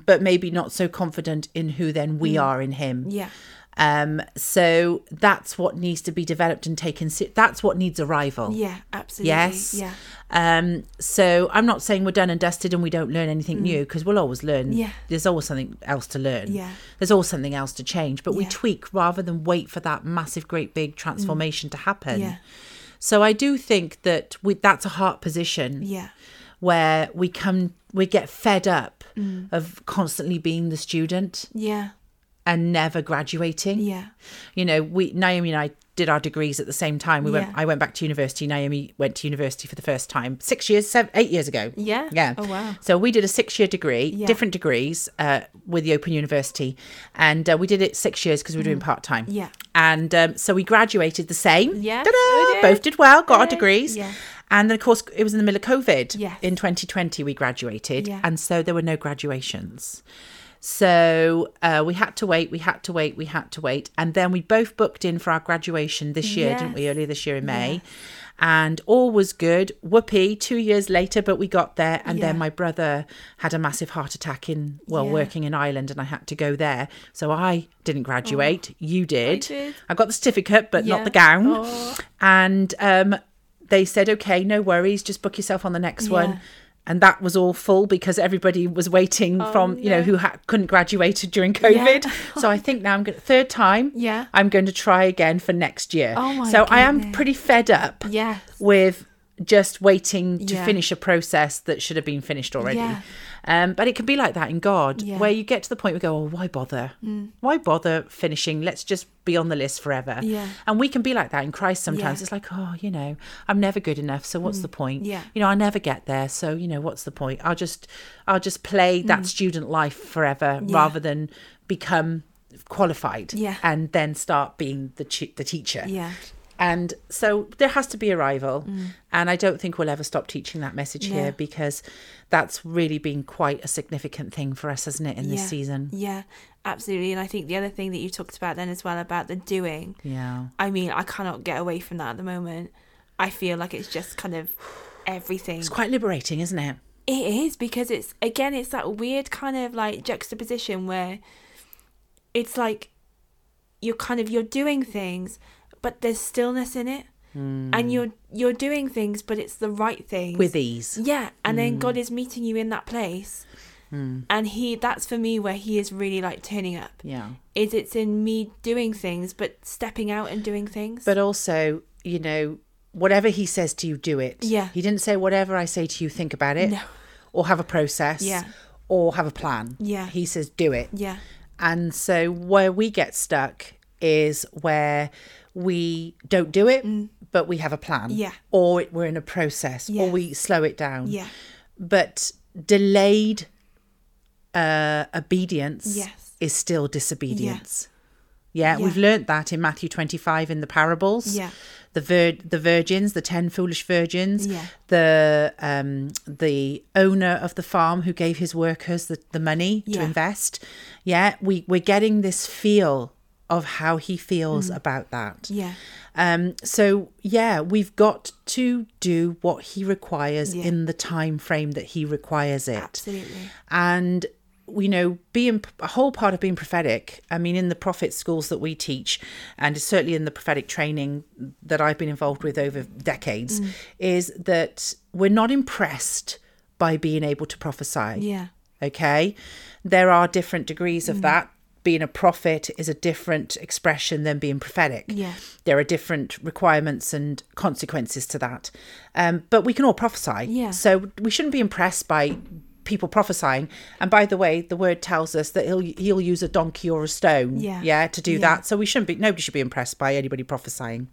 Speaker 1: but maybe not so confident in who then we are in him.
Speaker 2: Mm. yeah,
Speaker 1: Um, so that's what needs to be developed and taken. se- That's what needs arrival.
Speaker 2: yeah, absolutely.
Speaker 1: Yes.
Speaker 2: Yeah.
Speaker 1: Um, so I'm not saying we're done and dusted and we don't learn anything new because we'll always learn.
Speaker 2: Mm. Yeah.
Speaker 1: There's always something else to learn.
Speaker 2: Yeah.
Speaker 1: There's always something else to change, but we
Speaker 2: Yeah.
Speaker 1: tweak rather than wait for that massive, great, big transformation to happen.
Speaker 2: Mm. Yeah.
Speaker 1: So I do think that we, that's a heart position
Speaker 2: Yeah.
Speaker 1: where we come, we get fed up
Speaker 2: Mm.
Speaker 1: of constantly being the student
Speaker 2: Yeah.
Speaker 1: and never graduating
Speaker 2: Yeah.
Speaker 1: you know we naomi and i did our degrees at the same time we
Speaker 2: Yeah.
Speaker 1: went i went back to university naomi went to university for the first time six years seven eight years ago
Speaker 2: Yeah?
Speaker 1: yeah
Speaker 2: Oh, wow.
Speaker 1: so we did a six year degree
Speaker 2: Yeah.
Speaker 1: different degrees uh, with the open university and uh, we did it six years because we were doing part-time
Speaker 2: Mm. Yeah.
Speaker 1: and um, so we graduated the same
Speaker 2: Yes,
Speaker 1: Ta-da!
Speaker 2: we did.
Speaker 1: both did well got our
Speaker 2: Yay.
Speaker 1: degrees
Speaker 2: Yeah.
Speaker 1: and then of course it was in the middle of covid
Speaker 2: Yes.
Speaker 1: in 2020 we graduated
Speaker 2: Yeah.
Speaker 1: and so there were no graduations so uh, we had to wait, we had to wait, we had to wait. And then we both booked in for our graduation this year, didn't we?
Speaker 2: Yes.
Speaker 1: Earlier this year in May. And all was good. Whoopee, two years later, but we got there. And then
Speaker 2: Yeah.
Speaker 1: my brother had a massive heart attack in, well,
Speaker 2: Yeah. Oh.
Speaker 1: working in Ireland, and I had to go there. So I didn't graduate. You did.
Speaker 2: did.
Speaker 1: I got the certificate, but not
Speaker 2: Yeah.
Speaker 1: the gown.
Speaker 2: Oh.
Speaker 1: And um, they said, okay, no worries, just book yourself on the next one.
Speaker 2: Yeah.
Speaker 1: And that was all full because everybody was waiting
Speaker 2: Oh,
Speaker 1: from, you know,
Speaker 2: no.
Speaker 1: who ha- couldn't graduate during COVID. so I think now I'm going to, third time,
Speaker 2: Yeah.
Speaker 1: I'm going to try again for next year.
Speaker 2: Oh my
Speaker 1: so I am
Speaker 2: goodness.
Speaker 1: pretty fed up
Speaker 2: Yes.
Speaker 1: with just waiting to
Speaker 2: Yeah.
Speaker 1: finish a process that should have been finished already.
Speaker 2: Yeah.
Speaker 1: Um, but it can be like that in God,
Speaker 2: Yeah. Mm.
Speaker 1: where you get to the point where you go, oh, why bother? Why bother finishing? Let's just be on the list forever.
Speaker 2: Yeah.
Speaker 1: And we can be like that in Christ sometimes.
Speaker 2: Yeah. Mm.
Speaker 1: It's like, oh, you know, I'm never good enough, so what's the point?
Speaker 2: Yeah.
Speaker 1: You know, I never get there, so you know, what's the point? I'll just I'll just play that student life forever
Speaker 2: Mm. Yeah.
Speaker 1: rather than become qualified
Speaker 2: Yeah.
Speaker 1: and then start being the tu- the teacher.
Speaker 2: Yeah.
Speaker 1: And so there has to be a rival.
Speaker 2: Mm.
Speaker 1: And I don't think we'll ever stop teaching that message
Speaker 2: No.
Speaker 1: here because that's really been quite a significant thing for us, hasn't it, in
Speaker 2: Yeah.
Speaker 1: this season?
Speaker 2: Yeah. Absolutely. And I think the other thing that you talked about then as well about the doing.
Speaker 1: Yeah.
Speaker 2: I mean, I cannot get away from that at the moment. I feel like it's just kind of everything.
Speaker 1: It's quite liberating, isn't it?
Speaker 2: It is because it's again it's that weird kind of like juxtaposition where it's like you're kind of you're doing things but there's stillness in it. And you're you're doing things but it's the right thing.
Speaker 1: Hmm. With Hmm. ease.
Speaker 2: Yeah, and then God is meeting you in that place. And he that's for me where he is really like turning up.
Speaker 1: Hmm. Yeah.
Speaker 2: Is it's in me doing things but stepping out and doing things.
Speaker 1: But also, you know, whatever he says to you, do it.
Speaker 2: Yeah.
Speaker 1: He didn't say, whatever I say to you, think about it
Speaker 2: No.
Speaker 1: or have a process
Speaker 2: Yeah.
Speaker 1: or have a plan.
Speaker 2: Yeah.
Speaker 1: He says, do it.
Speaker 2: yeah.
Speaker 1: And so where we get stuck is where we don't do it, but we have a plan.
Speaker 2: Mm. Yeah.
Speaker 1: Or it- we're in a process,
Speaker 2: Yeah.
Speaker 1: or we slow it down.
Speaker 2: Yeah.
Speaker 1: But delayed uh, obedience
Speaker 2: Yes.
Speaker 1: is still disobedience. Yeah,
Speaker 2: Yeah.
Speaker 1: we've learnt that in Matthew 25 in the parables.
Speaker 2: Yeah.
Speaker 1: The vir- the virgins, the 10 foolish virgins,
Speaker 2: Yeah.
Speaker 1: the um the owner of the farm who gave his workers the, the money to
Speaker 2: Yeah.
Speaker 1: invest. Yeah, we we're getting this feel of how he feels
Speaker 2: Mm.
Speaker 1: about that.
Speaker 2: Yeah.
Speaker 1: Um, so yeah, we've got to do what he requires
Speaker 2: Yeah.
Speaker 1: in the time frame that he requires it.
Speaker 2: Absolutely.
Speaker 1: And you know, being a whole part of being prophetic. I mean, in the prophet schools that we teach, and certainly in the prophetic training that I've been involved with over decades,
Speaker 2: Mm.
Speaker 1: is that we're not impressed by being able to prophesy.
Speaker 2: Yeah.
Speaker 1: Okay. There are different degrees
Speaker 2: Mm.
Speaker 1: of that. Being a prophet is a different expression than being prophetic.
Speaker 2: Yeah.
Speaker 1: There are different requirements and consequences to that. Um, but we can all prophesy.
Speaker 2: Yeah.
Speaker 1: So we shouldn't be impressed by people prophesying. And by the way, the word tells us that he'll he'll use a donkey or a stone.
Speaker 2: Yeah.
Speaker 1: Yeah. To do
Speaker 2: Yeah.
Speaker 1: that. So we shouldn't be nobody should be impressed by anybody prophesying.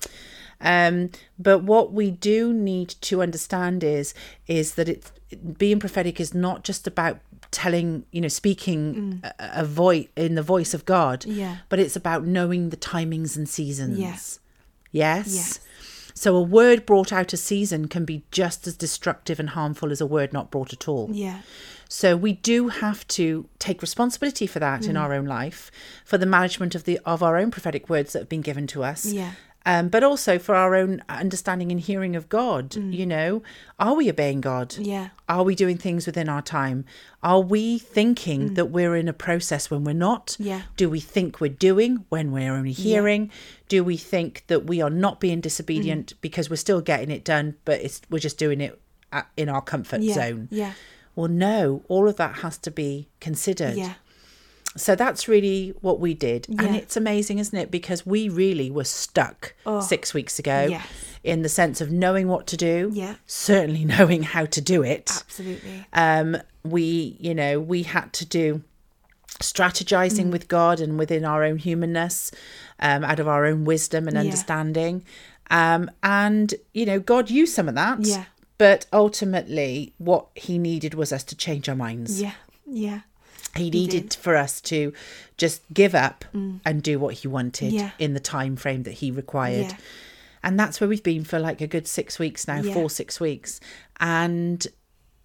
Speaker 1: Um, but what we do need to understand is is that it's being prophetic is not just about telling you know speaking a, a voice in the voice of God.
Speaker 2: Mm. Yeah.
Speaker 1: But it's about knowing the timings and seasons.
Speaker 2: Yeah.
Speaker 1: Yes.
Speaker 2: Yes.
Speaker 1: So a word brought out a season can be just as destructive and harmful as a word not brought at all.
Speaker 2: Yeah.
Speaker 1: So we do have to take responsibility for that
Speaker 2: Mm.
Speaker 1: in our own life, for the management of the of our own prophetic words that have been given to us.
Speaker 2: Yeah.
Speaker 1: Um, but also for our own understanding and hearing of God. You know, are we obeying God?
Speaker 2: Mm. Yeah.
Speaker 1: Are we doing things within our time? Are we thinking that we're in a process when we're not?
Speaker 2: Mm. Yeah.
Speaker 1: Do we think we're doing when we're only hearing? Do we think that we are not being
Speaker 2: Mm.
Speaker 1: disobedient because we're still getting it done, but it's we're just doing it at, in our comfort
Speaker 2: Yeah.
Speaker 1: zone?
Speaker 2: Yeah.
Speaker 1: Well, no, all of that has to be considered.
Speaker 2: Yeah.
Speaker 1: So that's really what we did. And
Speaker 2: Yeah. Oh.
Speaker 1: it's amazing, isn't it? Because we really were stuck six weeks ago
Speaker 2: yes.
Speaker 1: in the sense of knowing what to do,
Speaker 2: Yeah.
Speaker 1: certainly knowing how to do it.
Speaker 2: Absolutely.
Speaker 1: Um, we, you know, we had to do strategizing
Speaker 2: Mm.
Speaker 1: with God and within our own humanness, um, out of our own wisdom and
Speaker 2: Yeah.
Speaker 1: understanding. Um, and, you know, God used some of that.
Speaker 2: Yeah.
Speaker 1: But ultimately, what he needed was us to change our minds.
Speaker 2: Yeah. Yeah.
Speaker 1: He needed for us to just give up and do what he wanted
Speaker 2: Mm. Yeah.
Speaker 1: in the time frame that he required.
Speaker 2: Yeah.
Speaker 1: And that's where we've been for like a good six weeks now,
Speaker 2: Yeah.
Speaker 1: four, six weeks. And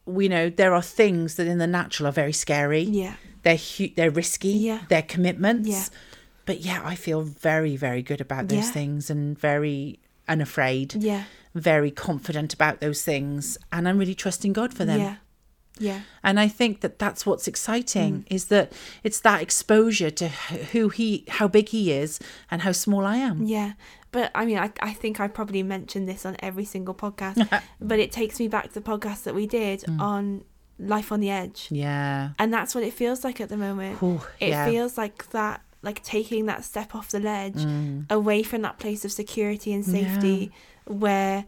Speaker 1: we know there are things that in the natural are very scary.
Speaker 2: Yeah.
Speaker 1: They're hu- they're risky.
Speaker 2: Yeah.
Speaker 1: They're commitments.
Speaker 2: Yeah.
Speaker 1: But yeah, I feel very, very good about those
Speaker 2: Yeah.
Speaker 1: things and very unafraid,
Speaker 2: Yeah.
Speaker 1: very confident about those things. And I'm really trusting God for them.
Speaker 2: Yeah. Yeah.
Speaker 1: And I think that that's what's exciting
Speaker 2: Mm.
Speaker 1: is that it's that exposure to h- who he, how big he is, and how small I am.
Speaker 2: Yeah. But I mean, I, I think I probably mentioned this on every single podcast, but it takes me back to the podcast that we did on Life on the Edge.
Speaker 1: Yeah.
Speaker 2: And that's what it feels like at the moment.
Speaker 1: Ooh,
Speaker 2: it
Speaker 1: yeah.
Speaker 2: feels like that, like taking that step off the ledge
Speaker 1: Mm.
Speaker 2: away from that place of security and safety where,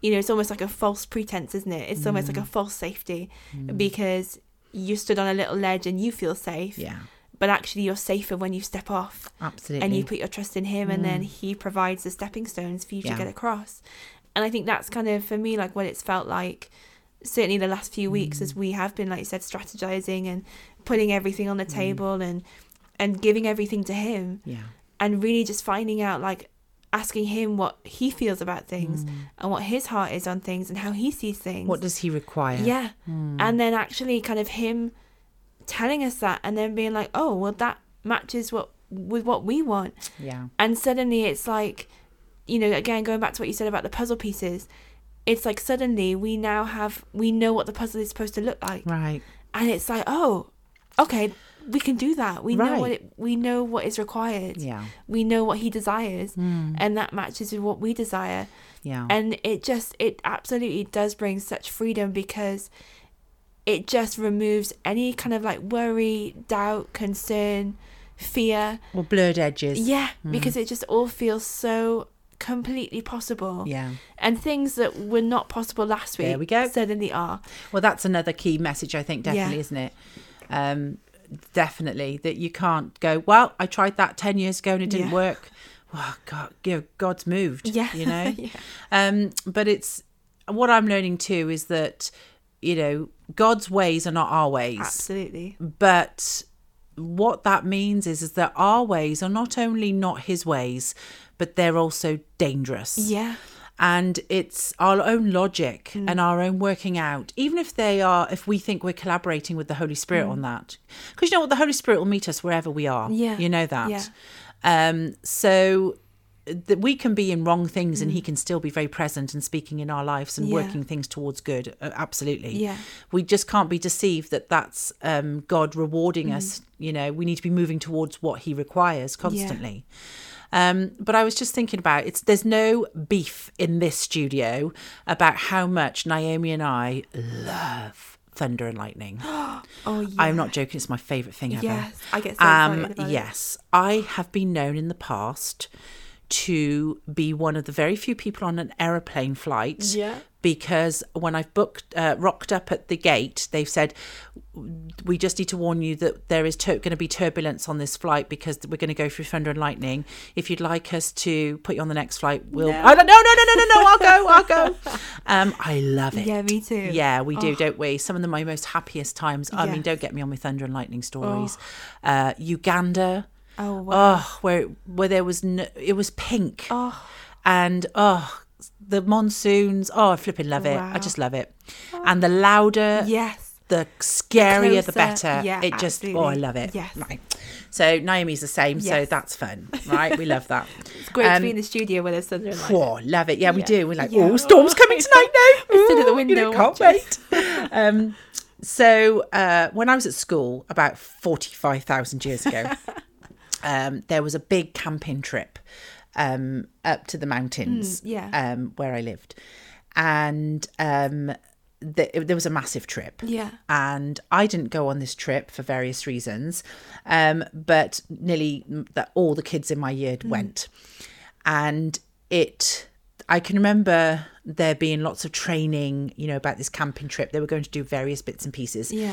Speaker 2: you know, it's almost like a false pretense, isn't it? It's almost
Speaker 1: Mm.
Speaker 2: like a false safety because you stood on a little ledge and you feel safe,
Speaker 1: Yeah.
Speaker 2: but actually you're safer when you step off
Speaker 1: Absolutely. Mm.
Speaker 2: and you put your trust in him and then he provides the stepping stones for you
Speaker 1: Yeah.
Speaker 2: to get across and i think that's kind of for me like what it's felt like certainly the last few weeks
Speaker 1: Mm.
Speaker 2: as we have been like you said strategizing and putting everything on the table and and giving everything to him
Speaker 1: Mm. yeah.
Speaker 2: and really just finding out like asking him what he feels about things and what his heart is on things and how he sees things
Speaker 1: Mm. What Mm. does he require?
Speaker 2: yeah. And then actually kind of him telling us that and then being like, "Oh, well that matches what with what we want."
Speaker 1: Yeah.
Speaker 2: And suddenly it's like, you know, again going back to what you said about the puzzle pieces, it's like suddenly we now have we know what the puzzle is supposed to look like.
Speaker 1: Right.
Speaker 2: And it's like, "Oh, okay, we can do that. We know
Speaker 1: Right.
Speaker 2: what it, we know what is required.
Speaker 1: Yeah. Hmm.
Speaker 2: We know what he desires, and that matches with what we desire."
Speaker 1: Yeah.
Speaker 2: and it just it absolutely does bring such freedom because it just removes any kind of like worry doubt concern fear
Speaker 1: or blurred edges.
Speaker 2: yeah because it just all feels so completely possible
Speaker 1: Yeah.
Speaker 2: and things that were not possible last week
Speaker 1: There we go.
Speaker 2: suddenly are
Speaker 1: Well, that's another key message, I think, definitely,
Speaker 2: Yeah.
Speaker 1: isn't it? Um, definitely that you can't go. Well, I tried that ten years ago and it didn't
Speaker 2: Yeah.
Speaker 1: work. Well, God, you know, God's moved.
Speaker 2: Yeah.
Speaker 1: you know.
Speaker 2: Yeah.
Speaker 1: Um, but it's what I'm learning too is that you know God's ways are not our ways,
Speaker 2: absolutely
Speaker 1: but what that means is, is that our ways are not only not his ways, but they're also dangerous.
Speaker 2: Yeah.
Speaker 1: And it's our own logic
Speaker 2: Mm.
Speaker 1: and our own working out, even if they are, if we think we're collaborating with the Holy Spirit
Speaker 2: Mm.
Speaker 1: on that. Because you know what? The Holy Spirit will meet us wherever we are.
Speaker 2: Yeah.
Speaker 1: You know that.
Speaker 2: Yeah.
Speaker 1: Um, so that we can be in wrong things and he can still be very present and speaking in our lives and
Speaker 2: Mm. Yeah.
Speaker 1: working things towards good uh, absolutely
Speaker 2: Yeah.
Speaker 1: we just can't be deceived that that's um, god rewarding
Speaker 2: Mm.
Speaker 1: us you know we need to be moving towards what he requires constantly um, but i was just thinking about it's there's no beef in this studio about how much naomi and i love thunder and lightning
Speaker 2: Oh yeah.
Speaker 1: i'm not joking it's my favorite thing ever
Speaker 2: Yes, I get so excited
Speaker 1: um,
Speaker 2: about it.
Speaker 1: yes, I have been known in the past to be one of the very few people on an aeroplane flight.
Speaker 2: Yeah.
Speaker 1: Because when I've booked, uh, rocked up at the gate, they've said, "We just need to warn you that there is tur going to be turbulence on this flight because we're going to go through thunder and lightning. If you'd like us to put you on the next flight, we'll."
Speaker 2: No.
Speaker 1: I don't- No, no, no, no, no, no! I'll go, I'll go. Um, I love it.
Speaker 2: Yeah, me too.
Speaker 1: Yeah, we do, don't we? Some of the, my most happiest times. I mean,
Speaker 2: Oh. Yes.
Speaker 1: don't get me on with thunder and lightning stories. Uh, Uganda.
Speaker 2: Oh wow. Oh.
Speaker 1: Oh, where where there was no, it was pink. And oh, the monsoons. Oh, I flipping love it. I
Speaker 2: Wow.
Speaker 1: just love it. And the louder,
Speaker 2: yes.
Speaker 1: the scarier, the
Speaker 2: Closer.
Speaker 1: better.
Speaker 2: Yeah,
Speaker 1: it just. Oh, I
Speaker 2: absolutely.
Speaker 1: love it.
Speaker 2: Yes.
Speaker 1: Right. So Naomi's the same. So
Speaker 2: Yes.
Speaker 1: that's fun, right? We love that.
Speaker 2: It's great to
Speaker 1: Um,
Speaker 2: be in the studio where there's thunder and lightning.
Speaker 1: Whoa, love it. Yeah, we
Speaker 2: Yeah.
Speaker 1: do. We're like,
Speaker 2: Yeah.
Speaker 1: oh, storm's coming tonight now.
Speaker 2: Stood at the
Speaker 1: Ooh, you know,
Speaker 2: window
Speaker 1: can't wait. um, so uh, when I was at school about 45,000 years ago, um, there was a big camping trip um, up to the mountains
Speaker 2: Mm, yeah.
Speaker 1: um, where I lived. And um, the, it- there was a massive trip
Speaker 2: Yeah.
Speaker 1: and I didn't go on this trip for various reasons, um, but nearly that all the kids in my year went, and it. I can remember there being lots of training, you know, about this camping trip. They were going to do various bits and pieces.
Speaker 2: Yeah.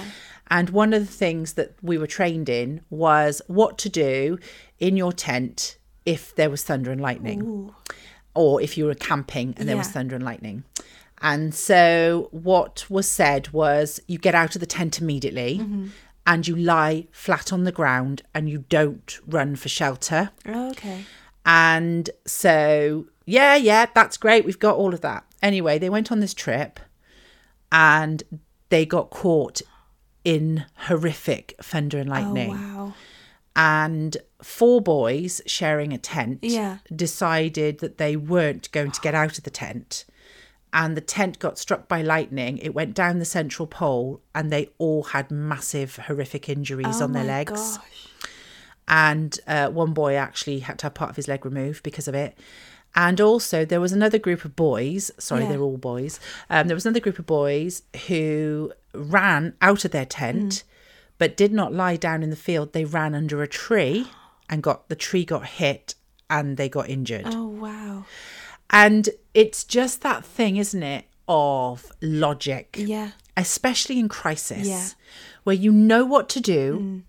Speaker 1: And one of the things that we were trained in was what to do in your tent if there was thunder and lightning or if you were camping and there was
Speaker 2: Yeah.
Speaker 1: thunder and lightning. And so what was said was you get out of the tent immediately and you lie flat on the ground and you don't run for shelter.
Speaker 2: Oh, okay.
Speaker 1: And so, yeah, yeah, that's great. We've got all of that. Anyway, they went on this trip and they got caught in horrific thunder and
Speaker 2: Oh
Speaker 1: lightning
Speaker 2: wow.
Speaker 1: and four boys sharing a tent
Speaker 2: Yeah.
Speaker 1: decided that they weren't going to get out of the tent and the tent got struck by lightning it went down the central pole and they all had massive horrific injuries on their
Speaker 2: Oh my
Speaker 1: legs
Speaker 2: Gosh.
Speaker 1: and uh, one boy actually had to have part of his leg removed because of it. And also, there was another group of boys. Sorry,
Speaker 2: Yeah.
Speaker 1: they're all boys. Um, there was another group of boys who ran out of their
Speaker 2: Mm.
Speaker 1: tent, but did not lie down in the field. They ran under a tree, and got the tree got hit, and they got injured.
Speaker 2: Oh wow.
Speaker 1: And it's just that thing, isn't it, of logic
Speaker 2: Yeah.
Speaker 1: especially in crisis,
Speaker 2: Yeah. Mm.
Speaker 1: where you know what to do,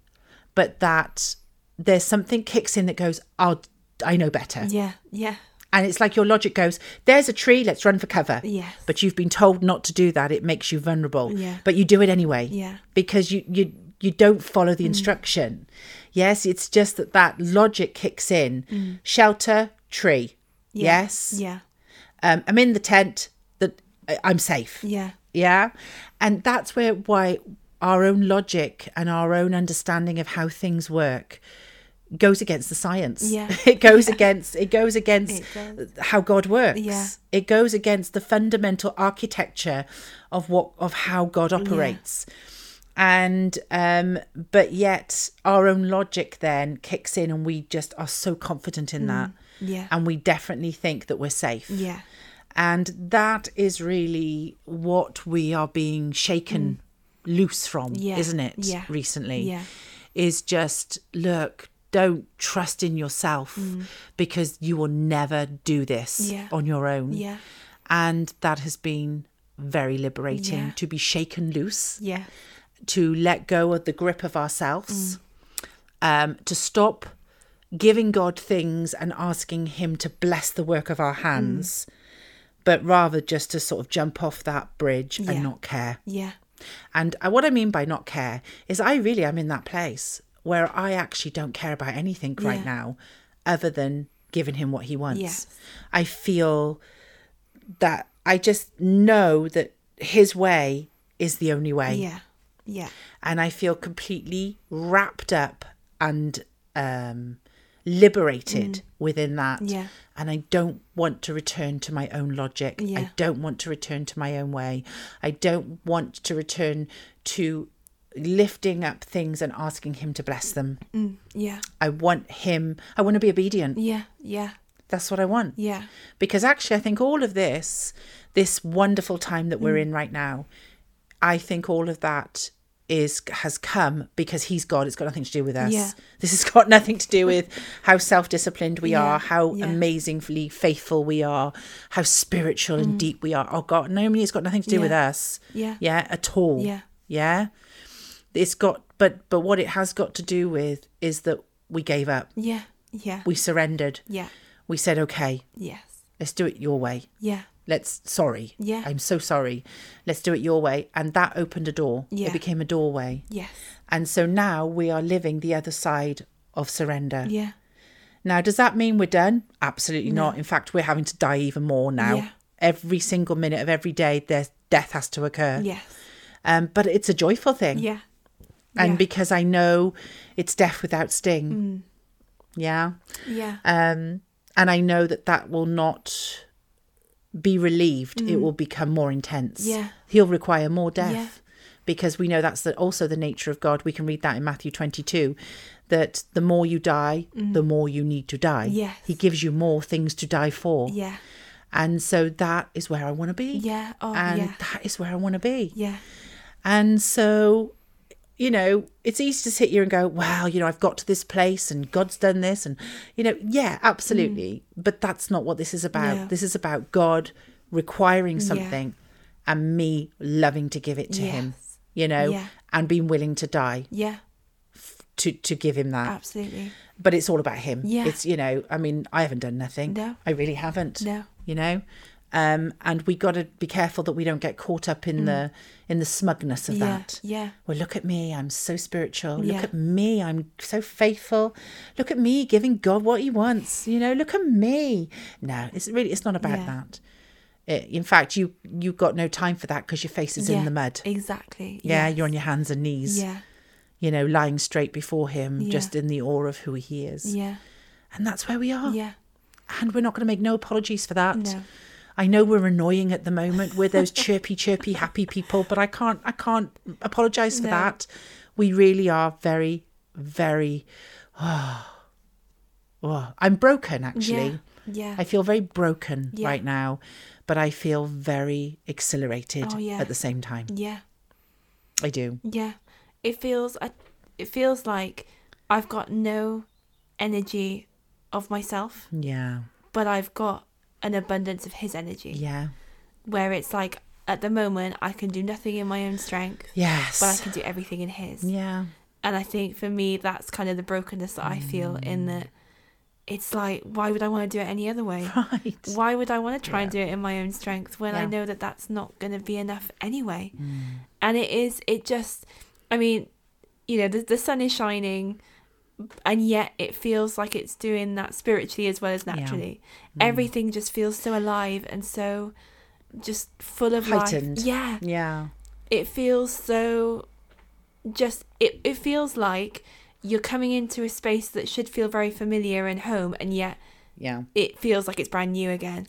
Speaker 1: but that there's something kicks in that goes, "I'll, I know better,"
Speaker 2: Yeah. Yeah.
Speaker 1: and it's like your logic goes, "There's a tree, let's run for cover."
Speaker 2: Yes.
Speaker 1: But you've been told not to do that; it makes you vulnerable.
Speaker 2: Yeah.
Speaker 1: But you do it anyway,
Speaker 2: Yeah. Mm.
Speaker 1: because you you you don't follow the instruction. Yes, it's just that that logic kicks in. Shelter, tree. Yes,
Speaker 2: Mm. Yeah.
Speaker 1: Um, I'm in the tent. That I- I'm safe
Speaker 2: Yeah.
Speaker 1: yeah and that's where why our own logic and our own understanding of how things work goes against the science
Speaker 2: Yeah.
Speaker 1: it goes against it goes against
Speaker 2: It
Speaker 1: how god works
Speaker 2: Yeah.
Speaker 1: it goes against the fundamental architecture of what of how god operates and um but yet our own logic then kicks in and we just are so confident in that
Speaker 2: Mm. Yeah.
Speaker 1: and we definitely think that we're safe
Speaker 2: Yeah.
Speaker 1: and that is really what we are being shaken loose from,
Speaker 2: Mm. Yeah,
Speaker 1: isn't it?
Speaker 2: yeah,
Speaker 1: Recently,
Speaker 2: yeah.
Speaker 1: is just look, don't trust in yourself because you will never do this
Speaker 2: Mm. Yeah.
Speaker 1: on your own.
Speaker 2: Yeah.
Speaker 1: And that has been very liberating
Speaker 2: Yeah.
Speaker 1: to be shaken loose,
Speaker 2: Yeah.
Speaker 1: to let go of the grip of ourselves, um, to stop giving God things and asking Him to bless the work of our
Speaker 2: Mm.
Speaker 1: hands, but rather just to sort of jump off that bridge
Speaker 2: Yeah.
Speaker 1: and not care.
Speaker 2: Yeah.
Speaker 1: And uh, what I mean by not care is I really am in that place where I actually don't care about anything right
Speaker 2: Yeah.
Speaker 1: now other than giving him what he wants.
Speaker 2: Yes.
Speaker 1: I feel that I just know that his way is the only way
Speaker 2: Yeah. Yeah.
Speaker 1: and I feel completely wrapped up and um, liberated within that.
Speaker 2: Mm. Yeah.
Speaker 1: And I don't want to return to my own logic.
Speaker 2: Yeah.
Speaker 1: I don't want to return to my own way. I don't want to return to lifting up things and asking Him to bless them.
Speaker 2: Mm. Yeah.
Speaker 1: I want Him, I want to be obedient.
Speaker 2: Yeah. Yeah.
Speaker 1: That's what I want
Speaker 2: Yeah.
Speaker 1: because actually i think all of this this wonderful time that we're
Speaker 2: Mm.
Speaker 1: in right now i think all of that is has come because he's god it's got nothing to do with us
Speaker 2: Yeah.
Speaker 1: this has got nothing to do with how self-disciplined we
Speaker 2: Yeah,
Speaker 1: are how
Speaker 2: yeah.
Speaker 1: amazingly faithful we are how spiritual and deep we are oh god no I mean, it's got nothing to do with
Speaker 2: Mm. Yeah.
Speaker 1: us
Speaker 2: Yeah.
Speaker 1: yeah at all
Speaker 2: Yeah.
Speaker 1: yeah it's got but but what it has got to do with is that we gave up
Speaker 2: Yeah. Yeah.
Speaker 1: we surrendered
Speaker 2: Yeah.
Speaker 1: we said okay
Speaker 2: Yes.
Speaker 1: let's do it your way
Speaker 2: Yeah.
Speaker 1: let's sorry
Speaker 2: Yeah.
Speaker 1: i'm so sorry let's do it your way and that opened a door
Speaker 2: Yeah.
Speaker 1: it became a doorway
Speaker 2: Yes.
Speaker 1: and so now we are living the other side of surrender
Speaker 2: Yeah.
Speaker 1: now does that mean we're done absolutely not in fact we're having to die even more now
Speaker 2: Yeah.
Speaker 1: every single minute of every day there's death has to occur
Speaker 2: Yes.
Speaker 1: um, but it's a joyful thing
Speaker 2: Yeah.
Speaker 1: and
Speaker 2: yeah. Mm.
Speaker 1: because i know it's death without sting yeah
Speaker 2: Yeah.
Speaker 1: um, and I know that that will not be relieved. It will become more intense.
Speaker 2: Mm. Yeah.
Speaker 1: he'll require more death
Speaker 2: Yeah.
Speaker 1: because we know that's the, also the nature of God. We can read that in Matthew twenty-two that the more you die, the more you need to die.
Speaker 2: Mm. Yes.
Speaker 1: he gives you more things to die for,
Speaker 2: Yeah.
Speaker 1: and so that is where I want to be.
Speaker 2: Yeah. Oh,
Speaker 1: and
Speaker 2: yeah.
Speaker 1: that is where I want to be.
Speaker 2: Yeah.
Speaker 1: And so, you know, it's easy to sit here and go, well, you know, I've got to this place and God's done this. And, you know, yeah, absolutely.
Speaker 2: Mm.
Speaker 1: But that's not what this is about.
Speaker 2: No.
Speaker 1: This is about God requiring something and me loving to give it to Him,
Speaker 2: Yes.
Speaker 1: you know,
Speaker 2: Yeah.
Speaker 1: and being willing to die
Speaker 2: Yeah.
Speaker 1: to, to give Him that.
Speaker 2: Absolutely.
Speaker 1: But it's all about Him.
Speaker 2: Uh, Yeah.
Speaker 1: It's, you know, I mean, I haven't done nothing.
Speaker 2: No.
Speaker 1: I really haven't
Speaker 2: No.
Speaker 1: you know um and we got to be careful that we don't get caught up in the in the smugness of
Speaker 2: Mm. Yeah.
Speaker 1: that
Speaker 2: Yeah.
Speaker 1: well look at me i'm so spiritual
Speaker 2: Yeah.
Speaker 1: look at me i'm so faithful look at me giving god what he wants you know look at me no it's really it's not about
Speaker 2: Yeah.
Speaker 1: that I- in fact you you've got no time for that because your face is
Speaker 2: Yeah,
Speaker 1: in the mud
Speaker 2: Exactly.
Speaker 1: yeah
Speaker 2: yes.
Speaker 1: you're on your hands and knees
Speaker 2: Yeah.
Speaker 1: you know lying straight before him
Speaker 2: Yeah.
Speaker 1: just in the awe of who he is
Speaker 2: Yeah.
Speaker 1: and that's where we are
Speaker 2: Yeah.
Speaker 1: and we're not going to make no apologies for that
Speaker 2: No.
Speaker 1: I know we're annoying at the moment. We're those chirpy, chirpy, happy people, but I can't I can't apologize for
Speaker 2: No.
Speaker 1: that. We really are very, very oh, oh, I'm broken actually.
Speaker 2: Yeah. Yeah.
Speaker 1: I feel very broken
Speaker 2: Yeah.
Speaker 1: right now, but I feel very exhilarated
Speaker 2: Oh, yeah.
Speaker 1: at the same time.
Speaker 2: yeah.
Speaker 1: I do.
Speaker 2: Yeah. It feels I, it feels like I've got no energy of myself,
Speaker 1: Yeah.
Speaker 2: but I've got an abundance of his energy.
Speaker 1: Yeah.
Speaker 2: Where it's like at the moment I can do nothing in my own strength,
Speaker 1: Yes.
Speaker 2: but I can do everything in his.
Speaker 1: yeah.
Speaker 2: And I think for me that's kind of the brokenness that I feel in that it's like why would I want to do it any other way?
Speaker 1: Right.
Speaker 2: why would I want to try and do it in my own strength when I
Speaker 1: Yeah.
Speaker 2: know that that's not going to be enough anyway? And it is, it just, I mean, you know, the, the sun is shining, and yet it feels like it's doing that spiritually as well as naturally. Everything just feels so alive and so just full of
Speaker 1: Heightened.
Speaker 2: life. Yeah.
Speaker 1: Yeah.
Speaker 2: It feels so just, it, it feels like you're coming into a space that should feel very familiar and home, and yet
Speaker 1: Yeah.
Speaker 2: it feels like it's brand new again.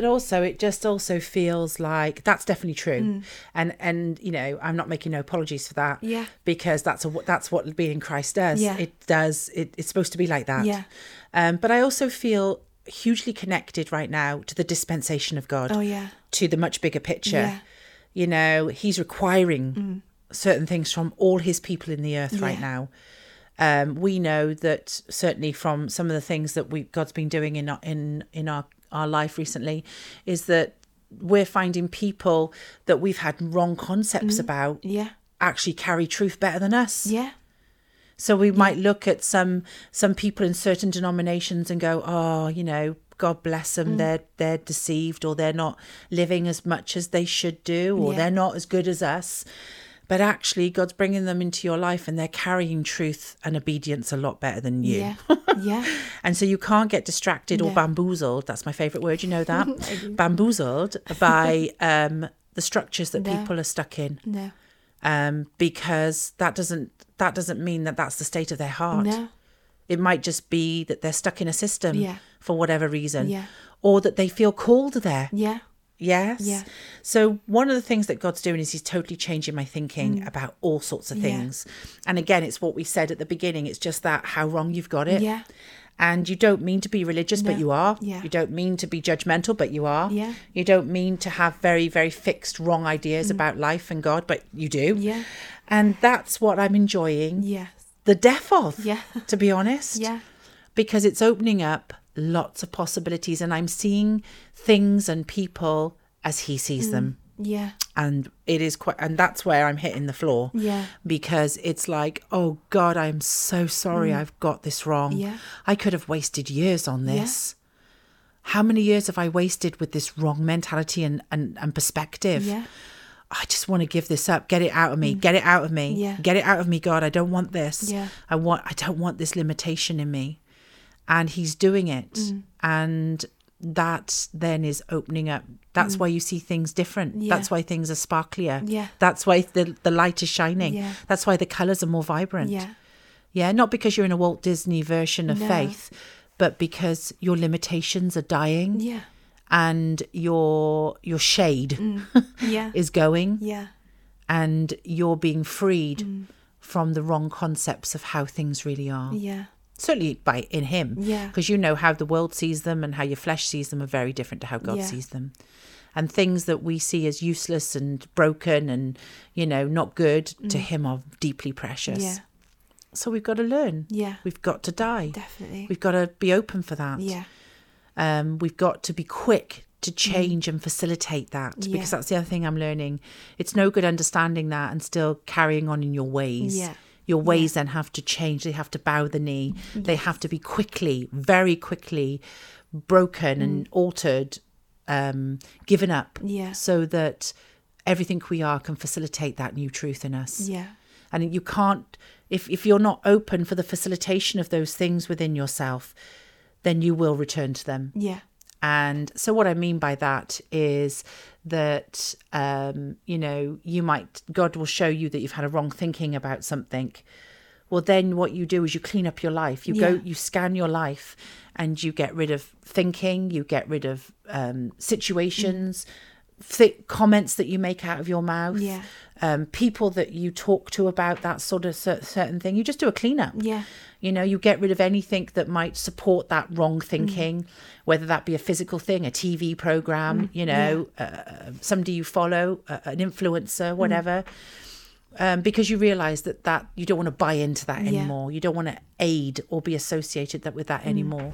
Speaker 1: but also it just also feels like that's definitely true
Speaker 2: Mm.
Speaker 1: and and you know i'm not making no apologies for that
Speaker 2: Yeah.
Speaker 1: because that's a, that's what being in christ does
Speaker 2: Yeah.
Speaker 1: it does it, it's supposed to be like that
Speaker 2: Yeah.
Speaker 1: um, but i also feel hugely connected right now to the dispensation of god
Speaker 2: Oh yeah.
Speaker 1: to the much bigger picture
Speaker 2: Yeah. Mm.
Speaker 1: you know he's requiring certain things from all his people in the earth right
Speaker 2: Yeah.
Speaker 1: now um, we know that certainly from some of the things that we God's been doing in our, in in our our life recently is that we're finding people that we've had wrong
Speaker 2: Mm.
Speaker 1: concepts about
Speaker 2: Yeah.
Speaker 1: actually carry truth better than us
Speaker 2: Yeah.
Speaker 1: so we might look at some some people in certain denominations and go, oh, you know, God bless
Speaker 2: Mm.
Speaker 1: them, they're they're deceived or they're not living as much as they should do or
Speaker 2: Yeah.
Speaker 1: they're not as good as us. But actually, God's bringing them into your life and they're carrying truth and obedience a lot better than you.
Speaker 2: Yeah. Yeah.
Speaker 1: And so you can't get distracted or
Speaker 2: No.
Speaker 1: bamboozled. That's my favorite word. You know that? bamboozled by um, the structures that
Speaker 2: No.
Speaker 1: people are stuck in
Speaker 2: No.
Speaker 1: um, because that doesn't that doesn't mean that that's the state of their heart.
Speaker 2: No.
Speaker 1: It might just be that they're stuck in a system
Speaker 2: Yeah.
Speaker 1: for whatever reason,
Speaker 2: Yeah.
Speaker 1: or that they feel called there.
Speaker 2: Yeah.
Speaker 1: Yes.
Speaker 2: Yeah.
Speaker 1: So one of the things that God's doing is He's totally changing my thinking about all sorts of
Speaker 2: Mm. Yeah.
Speaker 1: things. And again, it's what we said at the beginning. It's just that how wrong you've got it.
Speaker 2: Yeah.
Speaker 1: And you don't mean to be religious, but
Speaker 2: No.
Speaker 1: you are.
Speaker 2: Yeah.
Speaker 1: You don't mean to be judgmental, but you are.
Speaker 2: Yeah. Mm.
Speaker 1: You don't mean to have very, very fixed wrong ideas about life and God, but you do.
Speaker 2: Yeah.
Speaker 1: And that's what I'm enjoying
Speaker 2: Yes.
Speaker 1: the death of,
Speaker 2: Yeah.
Speaker 1: to be honest
Speaker 2: Yeah.
Speaker 1: because it's opening up lots of possibilities and I'm seeing things and people as he sees
Speaker 2: Mm.
Speaker 1: them
Speaker 2: Yeah.
Speaker 1: and it is quite and that's where I'm hitting the floor
Speaker 2: Yeah.
Speaker 1: because it's like oh god I'm so sorry I've got this wrong
Speaker 2: Mm. Yeah.
Speaker 1: I could have wasted years on this how many years have I wasted with this wrong mentality and and, and perspective
Speaker 2: Yeah.
Speaker 1: I just want to give this up. Get it out of me. Get it out of me.
Speaker 2: Mm. Yeah.
Speaker 1: Get it out of me, God. I don't want this.
Speaker 2: Yeah.
Speaker 1: I want I don't want this limitation in me. And he's doing it.
Speaker 2: Mm.
Speaker 1: And that then is opening up. That's why you see things different.
Speaker 2: Mm. Yeah.
Speaker 1: That's why things are sparklier.
Speaker 2: Yeah.
Speaker 1: That's why the, the light is shining.
Speaker 2: Yeah.
Speaker 1: That's why the colours are more vibrant.
Speaker 2: Yeah.
Speaker 1: Yeah, Not because you're in a Walt Disney version of
Speaker 2: No.
Speaker 1: faith, but because your limitations are dying
Speaker 2: Yeah.
Speaker 1: and your your shade
Speaker 2: Mm. Yeah.
Speaker 1: is going
Speaker 2: Yeah.
Speaker 1: and you're being freed from the wrong concepts of how things really are.
Speaker 2: Mm. Yeah.
Speaker 1: Certainly by in him.
Speaker 2: Yeah.
Speaker 1: Because you know how the world sees them and how your flesh sees them are very different to how God
Speaker 2: Yeah.
Speaker 1: sees them. And things that we see as useless and broken and, you know, not good to him are deeply precious.
Speaker 2: Mm. Yeah.
Speaker 1: So we've got to learn.
Speaker 2: Yeah.
Speaker 1: We've got to die.
Speaker 2: Definitely.
Speaker 1: We've got to be open for that
Speaker 2: Yeah.
Speaker 1: um, we've got to be quick to change and facilitate that
Speaker 2: Mm. Yeah.
Speaker 1: because that's the other thing I'm learning. It's no good understanding that and still carrying on in your ways.
Speaker 2: Yeah.
Speaker 1: Your ways then have to change. They have to bow the knee. They have to be quickly, very quickly broken and altered, um, given up
Speaker 2: Mm. Yeah.
Speaker 1: so that everything we are can facilitate that new truth in us
Speaker 2: Yeah.
Speaker 1: and you can't if if you're not open for the facilitation of those things within yourself then you will return to them
Speaker 2: Yeah.
Speaker 1: and so what i mean by that is that um you know you might god will show you that you've had a wrong thinking about something well then what you do is you clean up your life you go
Speaker 2: Yeah.
Speaker 1: you scan your life and you get rid of thinking you get rid of um situations thick comments that you make out of your mouth
Speaker 2: Yeah.
Speaker 1: um, people that you talk to about that sort of cer- certain thing. You just do a cleanup.
Speaker 2: Yeah.
Speaker 1: You know, you get rid of anything that might support that wrong thinking, whether that be a physical thing, a TV
Speaker 2: Mm,
Speaker 1: program, you know, uh, somebody you follow, uh, an
Speaker 2: Mm.
Speaker 1: influencer, whatever. Um, because you realize that that you don't want to buy into that anymore. You don't want to aid or be associated that with that anymore.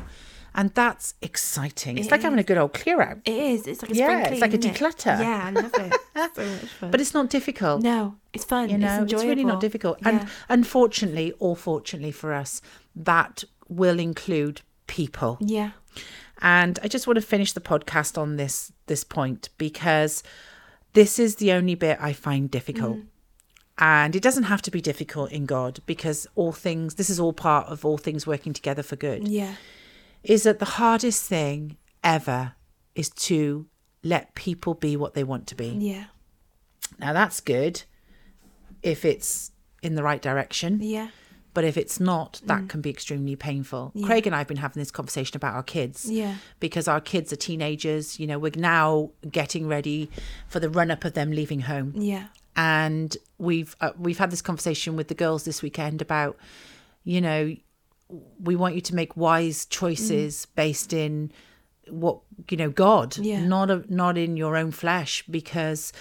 Speaker 1: And that's exciting. It's
Speaker 2: Mm. It
Speaker 1: like having a good old clear out,
Speaker 2: It is. It's like a
Speaker 1: Yeah,
Speaker 2: spring
Speaker 1: it's
Speaker 2: clean,
Speaker 1: like a
Speaker 2: isn't it?
Speaker 1: declutter.
Speaker 2: Yeah, I love it. It's so much fun.
Speaker 1: but it's not difficult.
Speaker 2: no, it's fun.
Speaker 1: you know
Speaker 2: it's
Speaker 1: it's, really not
Speaker 2: enjoyable.
Speaker 1: difficult
Speaker 2: Yeah.
Speaker 1: and unfortunately or fortunately for us that will include people
Speaker 2: yeah.
Speaker 1: and i just want to finish the podcast on this this point because this is the only bit i find difficult and it doesn't have to be difficult in god because all things this is all part of all things working together for good
Speaker 2: Yeah.
Speaker 1: is that the hardest thing ever is to let people be what they want to be
Speaker 2: Yeah.
Speaker 1: now that's good if it's in the right direction,
Speaker 2: Yeah.
Speaker 1: but if it's not, that can be extremely painful. Craig and I have been having this conversation about our kids
Speaker 2: Yeah.
Speaker 1: because our kids are teenagers. You know, we're now getting ready for the run up of them leaving home
Speaker 2: Yeah.
Speaker 1: and we've uh, we've had this conversation with the girls this weekend about you know we want you to make wise choices based in what you know god
Speaker 2: Mm. Yeah.
Speaker 1: not a, not in your own flesh because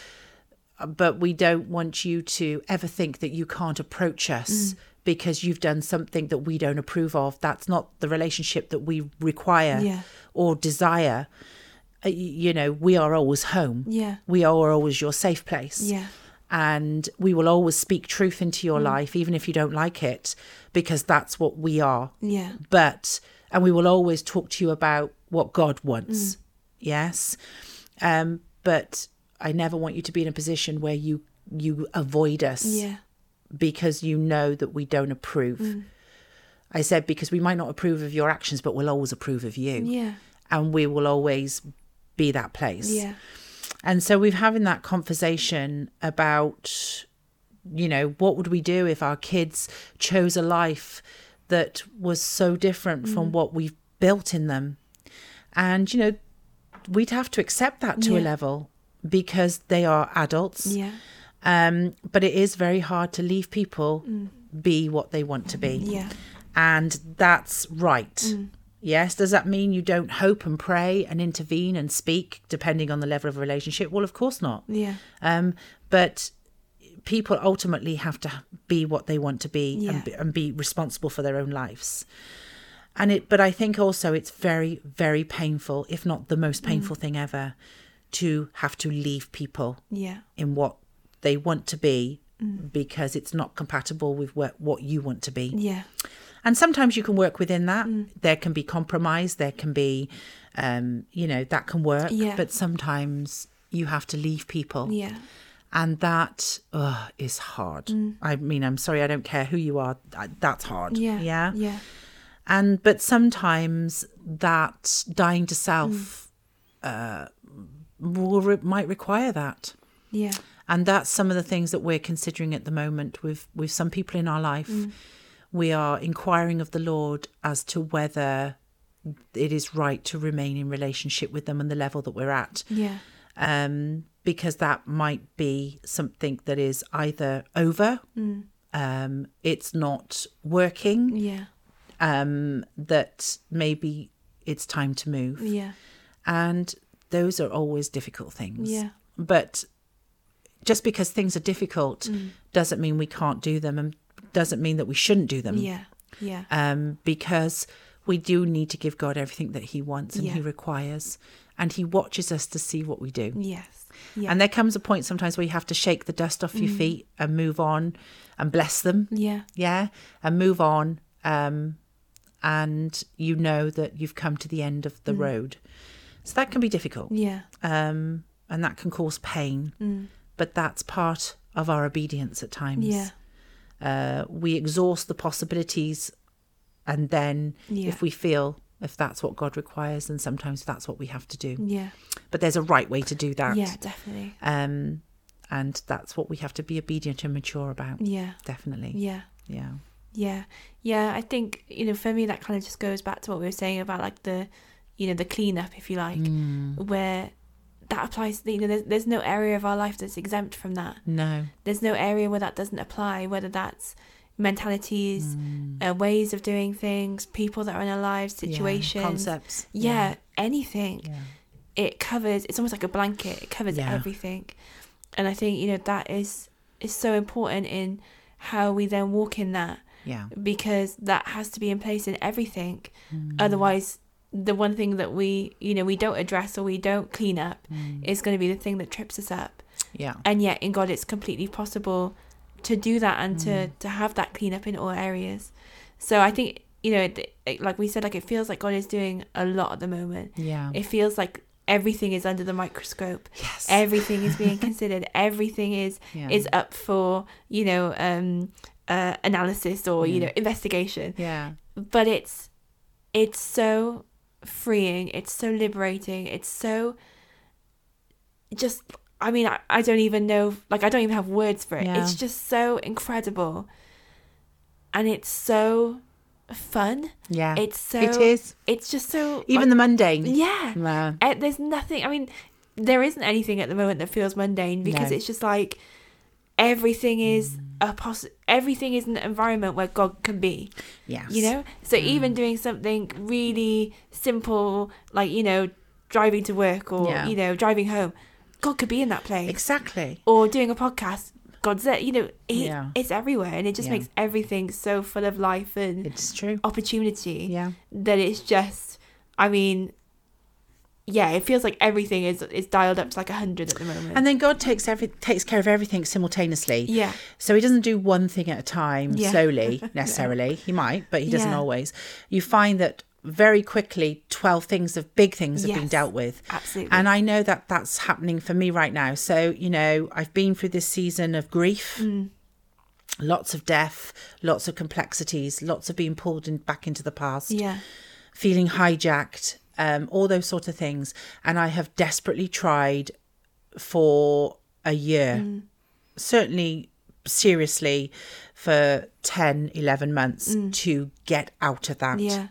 Speaker 1: uh, but we don't want you to ever think that you can't approach
Speaker 2: Mm.
Speaker 1: us because you've done something that we don't approve of that's not the relationship that we require
Speaker 2: Yeah.
Speaker 1: or desire Uh, y- you know we are always home
Speaker 2: Yeah.
Speaker 1: we are always your safe place
Speaker 2: Yeah.
Speaker 1: and we will always speak truth into
Speaker 2: Mm.
Speaker 1: your life even if you don't like it because that's what we are
Speaker 2: Yeah.
Speaker 1: but and we will always talk to you about what god
Speaker 2: Mm.
Speaker 1: wants yes um but i never want you to be in a position where you you avoid us
Speaker 2: Yeah. Mm.
Speaker 1: because you know that we don't approve. I said, because we might not approve of your actions, but we'll always approve of you.
Speaker 2: Yeah.
Speaker 1: And we will always be that place.
Speaker 2: Yeah.
Speaker 1: And so we've having that conversation about, you know, what would we do if our kids chose a life that was so different
Speaker 2: Mm.
Speaker 1: from what we've built in them? And, you know, we'd have to accept that to a
Speaker 2: Yeah.
Speaker 1: level because they are adults.
Speaker 2: Yeah.
Speaker 1: Um, but it is very hard to leave people be what they want to be.
Speaker 2: Mm. Yeah. Mm.
Speaker 1: And that's right. Yes. Does that mean you don't hope and pray and intervene and speak depending on the level of relationship? Well, of course not.
Speaker 2: Yeah.
Speaker 1: Um, but people ultimately have to be what they want to be
Speaker 2: Yeah.
Speaker 1: and, be and be responsible for their own lives. And it, but I think also it's very, very painful, if not the
Speaker 2: Mm.
Speaker 1: most painful thing ever, to have to leave people
Speaker 2: Yeah.
Speaker 1: in what they want to be because it's not compatible with what, what you want to be.
Speaker 2: Mm. Yeah. Mm.
Speaker 1: And sometimes you can work within that. There can be compromise, there can be, um, you know, that can work.
Speaker 2: Yeah.
Speaker 1: But sometimes you have to leave people.
Speaker 2: Yeah.
Speaker 1: And that ugh, is hard. I mean, I'm sorry, I don't care who you are. th- That's hard.
Speaker 2: Yeah.
Speaker 1: Yeah.
Speaker 2: Yeah.
Speaker 1: And, but sometimes that dying to self uh, will re- might require that
Speaker 2: Yeah.
Speaker 1: and that's some of the things that we're considering at the moment with with some people in our life we are inquiring of the lord as to whether it is right to remain in relationship with them on the level that we're at
Speaker 2: Yeah.
Speaker 1: um because that might be something that is either over
Speaker 2: Mm.
Speaker 1: um it's not working
Speaker 2: Yeah.
Speaker 1: um that maybe it's time to move
Speaker 2: Yeah.
Speaker 1: and those are always difficult things.
Speaker 2: Yeah.
Speaker 1: But just because things are difficult
Speaker 2: Mm.
Speaker 1: doesn't mean we can't do them and doesn't mean that we shouldn't do them.
Speaker 2: Yeah. Yeah.
Speaker 1: Um, because we do need to give God everything that He wants and He
Speaker 2: Yeah.
Speaker 1: requires. And He watches us to see what we do.
Speaker 2: Yes. Yeah.
Speaker 1: Uh,
Speaker 2: Mm.
Speaker 1: And there comes a point sometimes where you have to shake the dust off your feet and move on and bless them
Speaker 2: yeah.
Speaker 1: yeah and move on um and you know that you've come to the end of the road so that can be difficult
Speaker 2: Mm. Yeah. Mm.
Speaker 1: um and that can cause pain but that's part of our obedience at times
Speaker 2: Yeah.
Speaker 1: uh we exhaust the possibilities and then
Speaker 2: Yeah.
Speaker 1: if we feel if that's what god requires then sometimes that's what we have to do
Speaker 2: Yeah.
Speaker 1: but there's a right way to do that
Speaker 2: Mm. Yeah. Definitely.
Speaker 1: um and that's what we have to be obedient and mature about
Speaker 2: Yeah.
Speaker 1: definitely
Speaker 2: Yeah.
Speaker 1: yeah
Speaker 2: Yeah. Yeah. I think, you know, for me, that kind of just goes back to what we were saying about like the, you know, the cleanup, if you like,
Speaker 1: Mm.
Speaker 2: where that applies, you know, there's, there's no area of our life that's exempt from that.
Speaker 1: no
Speaker 2: there's no area where that doesn't apply whether that's mentalities uh, ways of doing things people that are in our lives
Speaker 1: Mm. Yeah,
Speaker 2: situations
Speaker 1: concepts
Speaker 2: yeah, anything
Speaker 1: Yeah.
Speaker 2: it covers it's almost like a blanket it covers
Speaker 1: Yeah.
Speaker 2: everything and i think you know that is is so important in how we then walk in that
Speaker 1: Yeah.
Speaker 2: because that has to be in place in everything
Speaker 1: Mm.
Speaker 2: otherwise the one thing that we you know we don't address or we don't clean up
Speaker 1: Mm.
Speaker 2: is going to be the thing that trips us up
Speaker 1: Yeah.
Speaker 2: and yet in god it's completely possible to do that and to
Speaker 1: Mm.
Speaker 2: to have that clean up in all areas so i think you know it, it- like we said like it feels like god is doing a lot at the moment
Speaker 1: Yeah.
Speaker 2: it feels like everything is under the microscope
Speaker 1: yes.
Speaker 2: everything is being considered everything is
Speaker 1: Yeah.
Speaker 2: is up for you know um uh, analysis or you
Speaker 1: Yeah.
Speaker 2: know investigation
Speaker 1: yeah.
Speaker 2: but it's it's so freeing it's so liberating it's so just i mean i, I don't even know like i don't even have words for it
Speaker 1: Yeah.
Speaker 2: it's just so incredible and it's so fun
Speaker 1: Yeah.
Speaker 2: it's so
Speaker 1: it is.
Speaker 2: it's just so
Speaker 1: Even Mm. the mundane.
Speaker 2: yeah
Speaker 1: Yeah.
Speaker 2: uh, there's nothing. I mean, there isn't anything at the moment that feels mundane because
Speaker 1: No.
Speaker 2: it's just like everything is
Speaker 1: Mm.
Speaker 2: a poss- Everything is an environment where God can be.
Speaker 1: Yes. Mm.
Speaker 2: You know, so even doing something really simple, like you know, driving to work or
Speaker 1: Yeah.
Speaker 2: you know, driving home, God could be in that place.
Speaker 1: Exactly.
Speaker 2: or doing a podcast, God's there. You know, he,
Speaker 1: Yeah.
Speaker 2: it's everywhere, and it just
Speaker 1: Yeah.
Speaker 2: makes everything so full of life and
Speaker 1: It's true.
Speaker 2: opportunity
Speaker 1: Yeah.
Speaker 2: that it's just I mean yeah, it feels like everything is is dialed up to like hundred at the moment.
Speaker 1: And then God takes every takes care of everything simultaneously.
Speaker 2: Mm-hmm. yeah.
Speaker 1: So he doesn't do one thing at a time
Speaker 2: Yeah.
Speaker 1: slowly necessarily. He might, but he doesn't
Speaker 2: Yeah.
Speaker 1: always. You find that very quickly 12 things of big things have been
Speaker 2: Yes.
Speaker 1: dealt with
Speaker 2: Absolutely.
Speaker 1: and i know that that's happening for me right now so you know i've been through this season of grief
Speaker 2: Mm.
Speaker 1: lots of death lots of complexities lots of being pulled in, back into the past
Speaker 2: yeah.
Speaker 1: feeling hijacked, um, all those sort of things. And I have desperately tried for a year, certainly seriously for 10, 11 months to get out of that.
Speaker 2: Yeah.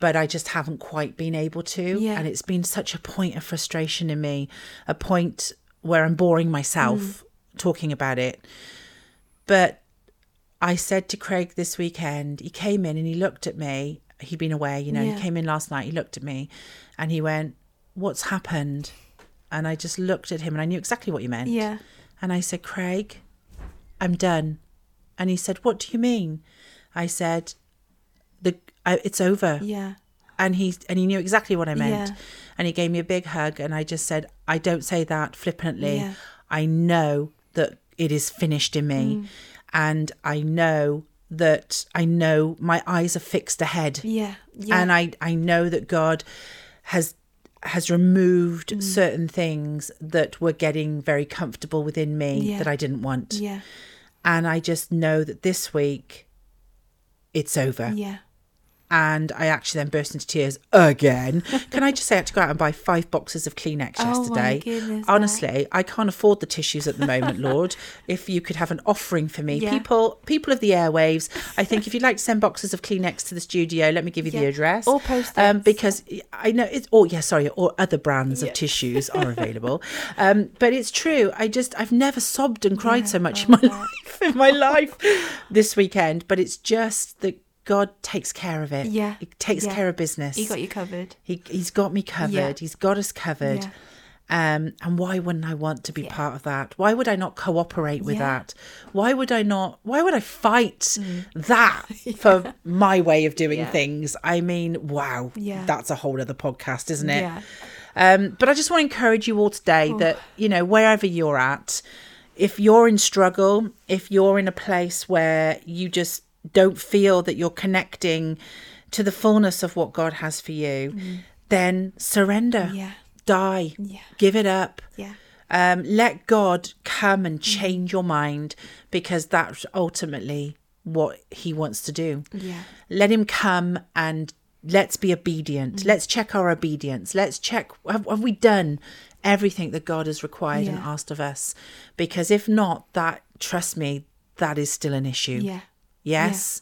Speaker 1: But I just haven't quite been able to.
Speaker 2: Yeah.
Speaker 1: And it's been such a point of frustration in me, a point where I'm boring myself
Speaker 2: Mm.
Speaker 1: talking about it. But I said to Craig this weekend, he came in and he looked at me. He'd been away, you know,
Speaker 2: Yeah.
Speaker 1: he came in last night, he looked at me and he went, What's happened? And I just looked at him and I knew exactly what you meant.
Speaker 2: Yeah.
Speaker 1: And I said, Craig, I'm done. And he said, What do you mean? I said, the I, it's over
Speaker 2: Yeah.
Speaker 1: and he and he knew exactly what I meant.
Speaker 2: Yeah.
Speaker 1: And he gave me a big hug and I just said, I don't say that flippantly.
Speaker 2: Yeah.
Speaker 1: I know that it is finished in me.
Speaker 2: Mm.
Speaker 1: And I know that I know my eyes are fixed ahead.
Speaker 2: Yeah. Yeah.
Speaker 1: And I, I know that God has has removed
Speaker 2: Mm.
Speaker 1: certain things that were getting very comfortable within me
Speaker 2: Yeah.
Speaker 1: that I didn't want.
Speaker 2: yeah.
Speaker 1: And I just know that this week it's over
Speaker 2: Yeah.
Speaker 1: and I actually then burst into tears again. Can I just say I had to go out and buy five boxes of Kleenex
Speaker 2: Oh, my
Speaker 1: yesterday?
Speaker 2: goodness,
Speaker 1: Honestly, I can't afford the tissues at the moment, Lord. If you could have an offering for me,
Speaker 2: Yeah.
Speaker 1: people, people of the airwaves, I think if you'd like to send boxes of Kleenex to the studio, let me give you the
Speaker 2: Yeah.
Speaker 1: address
Speaker 2: Or Post-its.
Speaker 1: um, because I know it's. Oh yeah, sorry, or other brands of tissues are available. um, but it's true. I just I've never sobbed and cried so
Speaker 2: oh
Speaker 1: much in my life in my life this weekend. But it's just that God takes care of it.
Speaker 2: Yeah.
Speaker 1: He takes
Speaker 2: Yeah.
Speaker 1: care of business.
Speaker 2: He got you covered.
Speaker 1: He, he's got me covered.
Speaker 2: Yeah.
Speaker 1: He's got us covered.
Speaker 2: Yeah.
Speaker 1: Um, and why wouldn't I want to be part of that? Why would I not cooperate with
Speaker 2: Yeah. Mm.
Speaker 1: that? Why would I not? Why would I fight that for my way of doing
Speaker 2: Yeah.
Speaker 1: things? I mean, wow,
Speaker 2: Yeah.
Speaker 1: that's a whole other podcast, isn't it?
Speaker 2: Yeah.
Speaker 1: Um, but I just want to encourage you all today that, you know, wherever you're at, if you're in struggle, if you're in a place where you just don't feel that you're connecting to the fullness of what God has for you, then surrender,
Speaker 2: Mm. Yeah.
Speaker 1: die,
Speaker 2: Yeah.
Speaker 1: give it up.
Speaker 2: Yeah.
Speaker 1: Um, let God come
Speaker 2: Mm.
Speaker 1: and change your mind because that's ultimately what He wants to do
Speaker 2: Yeah.
Speaker 1: let him come and let's be obedient
Speaker 2: Mm.
Speaker 1: let's check our obedience let's check have, have we done everything that god has required and
Speaker 2: Yeah.
Speaker 1: asked of us because if not that trust me that is still an issue
Speaker 2: Yeah. Mm.
Speaker 1: yes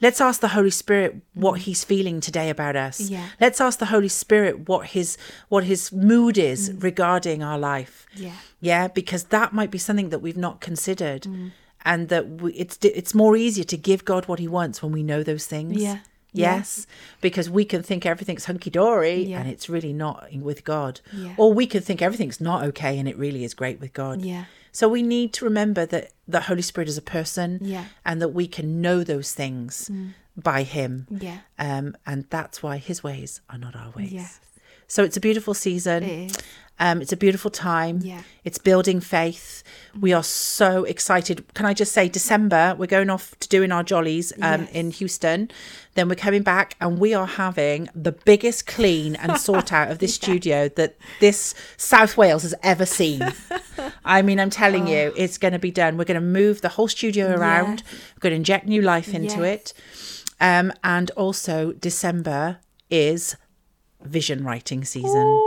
Speaker 1: let's ask the holy spirit what he's feeling today about us
Speaker 2: Yeah.
Speaker 1: let's ask the holy spirit what his what his mood is regarding our life
Speaker 2: Mm. Yeah.
Speaker 1: yeah, because that might be something that we've not considered,
Speaker 2: Mm.
Speaker 1: and that we, it's di- it's more easier to give God what He wants when we know those things.
Speaker 2: Yeah. Yeah.
Speaker 1: Yes, because we can think everything's hunky dory
Speaker 2: Yeah.
Speaker 1: and it's really not with God,
Speaker 2: Yeah.
Speaker 1: or we can think everything's not okay and it really is great with God.
Speaker 2: Yeah.
Speaker 1: So we need to remember that the Holy Spirit is a person,
Speaker 2: Yeah.
Speaker 1: and that we can know those things by Him.
Speaker 2: Yeah.
Speaker 1: Um, and that's why His ways are not our ways.
Speaker 2: Yeah.
Speaker 1: So it's a beautiful season.
Speaker 2: It is.
Speaker 1: Um, it's a beautiful time.
Speaker 2: Yeah.
Speaker 1: It's building faith. We are so excited. Can I just say, December, we're going off to doing our jollies um,
Speaker 2: Yes.
Speaker 1: in Houston. Then we're coming back and we are having the biggest clean and sort out of this studio that this South Wales has ever seen. I mean, I'm telling
Speaker 2: Oh.
Speaker 1: you, it's going to be done. We're going to move the whole studio around, we're going to inject new life into
Speaker 2: Yes.
Speaker 1: it. Um, and also, December is vision writing season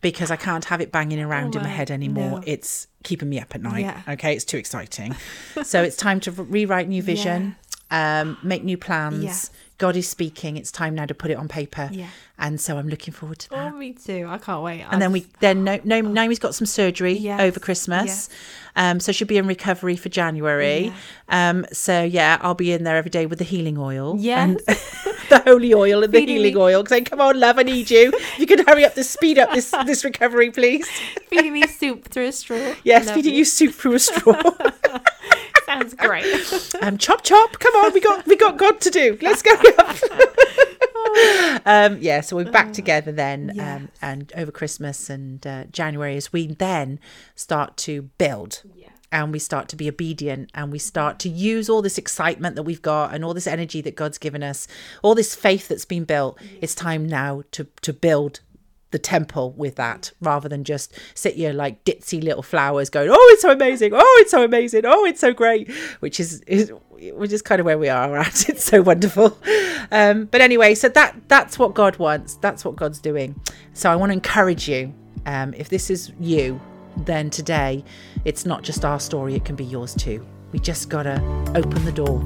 Speaker 1: because I can't have it banging around in my
Speaker 2: wow.
Speaker 1: head anymore.
Speaker 2: No.
Speaker 1: It's keeping me up at night.
Speaker 2: Yeah.
Speaker 1: Okay, it's too exciting. so it's time to rewrite new vision, um, make new plans.
Speaker 2: Yeah.
Speaker 1: God is speaking. It's time now to put it on paper.
Speaker 2: Yeah.
Speaker 1: And so I'm looking forward to that.
Speaker 2: Oh, me too. I can't wait.
Speaker 1: And then we then no, no, Naomi's got some surgery
Speaker 2: Yes.
Speaker 1: over Christmas, um, so she'll be in recovery for January. Um, so yeah, I'll be in there every day with the healing oil.
Speaker 2: Yes.
Speaker 1: and the holy oil and the
Speaker 2: Feeding
Speaker 1: healing
Speaker 2: me.
Speaker 1: oil. Saying, "Come on, love, I need you. If You could hurry up to speed up this this recovery, please."
Speaker 2: feeding me soup through a straw.
Speaker 1: Yes,
Speaker 2: Love
Speaker 1: feeding
Speaker 2: it.
Speaker 1: you soup through a straw.
Speaker 2: Sounds great.
Speaker 1: um, chop chop. Come on, we got we got God to do. Let's go. um, yeah, so we're back together then, um, and over Christmas and uh, January as we then start to build
Speaker 2: yeah.
Speaker 1: and we start to be obedient and we start to use all this excitement that we've got and all this energy that God's given us, all this faith that's been built. It's time now to to build the temple with that rather than just sit here like ditzy little flowers going oh it's so amazing oh it's so amazing oh it's so great which is, is which is kind of where we are at it's so wonderful um, but anyway so that that's what god wants that's what god's doing so i want to encourage you um, if this is you then today it's not just our story it can be yours too we just gotta open the door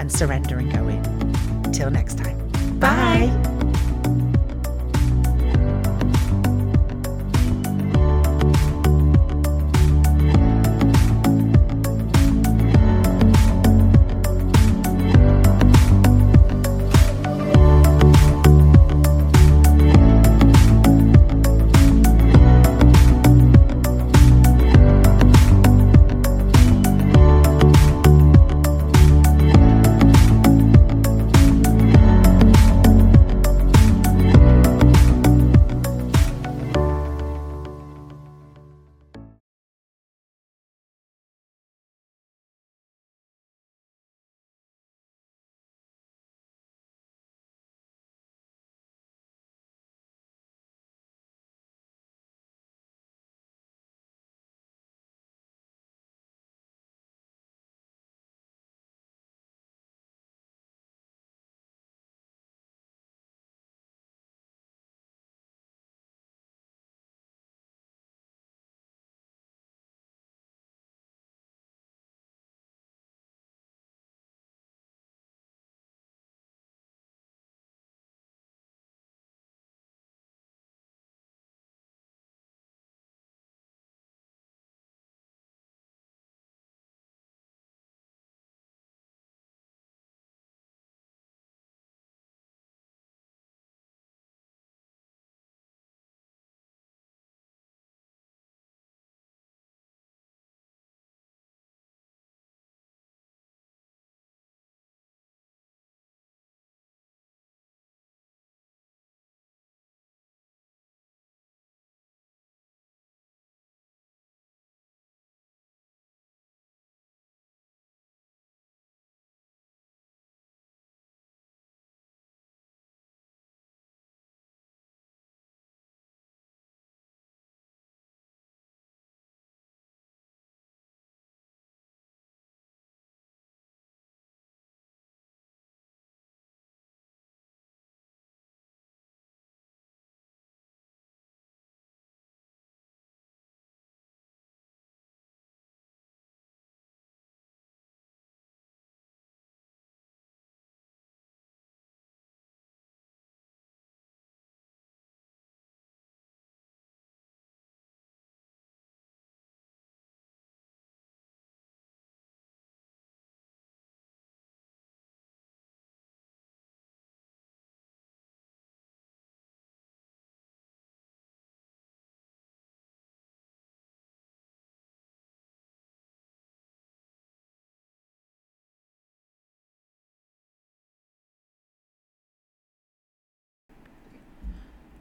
Speaker 1: and surrender and go in till next time bye.
Speaker 2: Bye.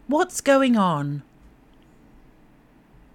Speaker 1: What's going on?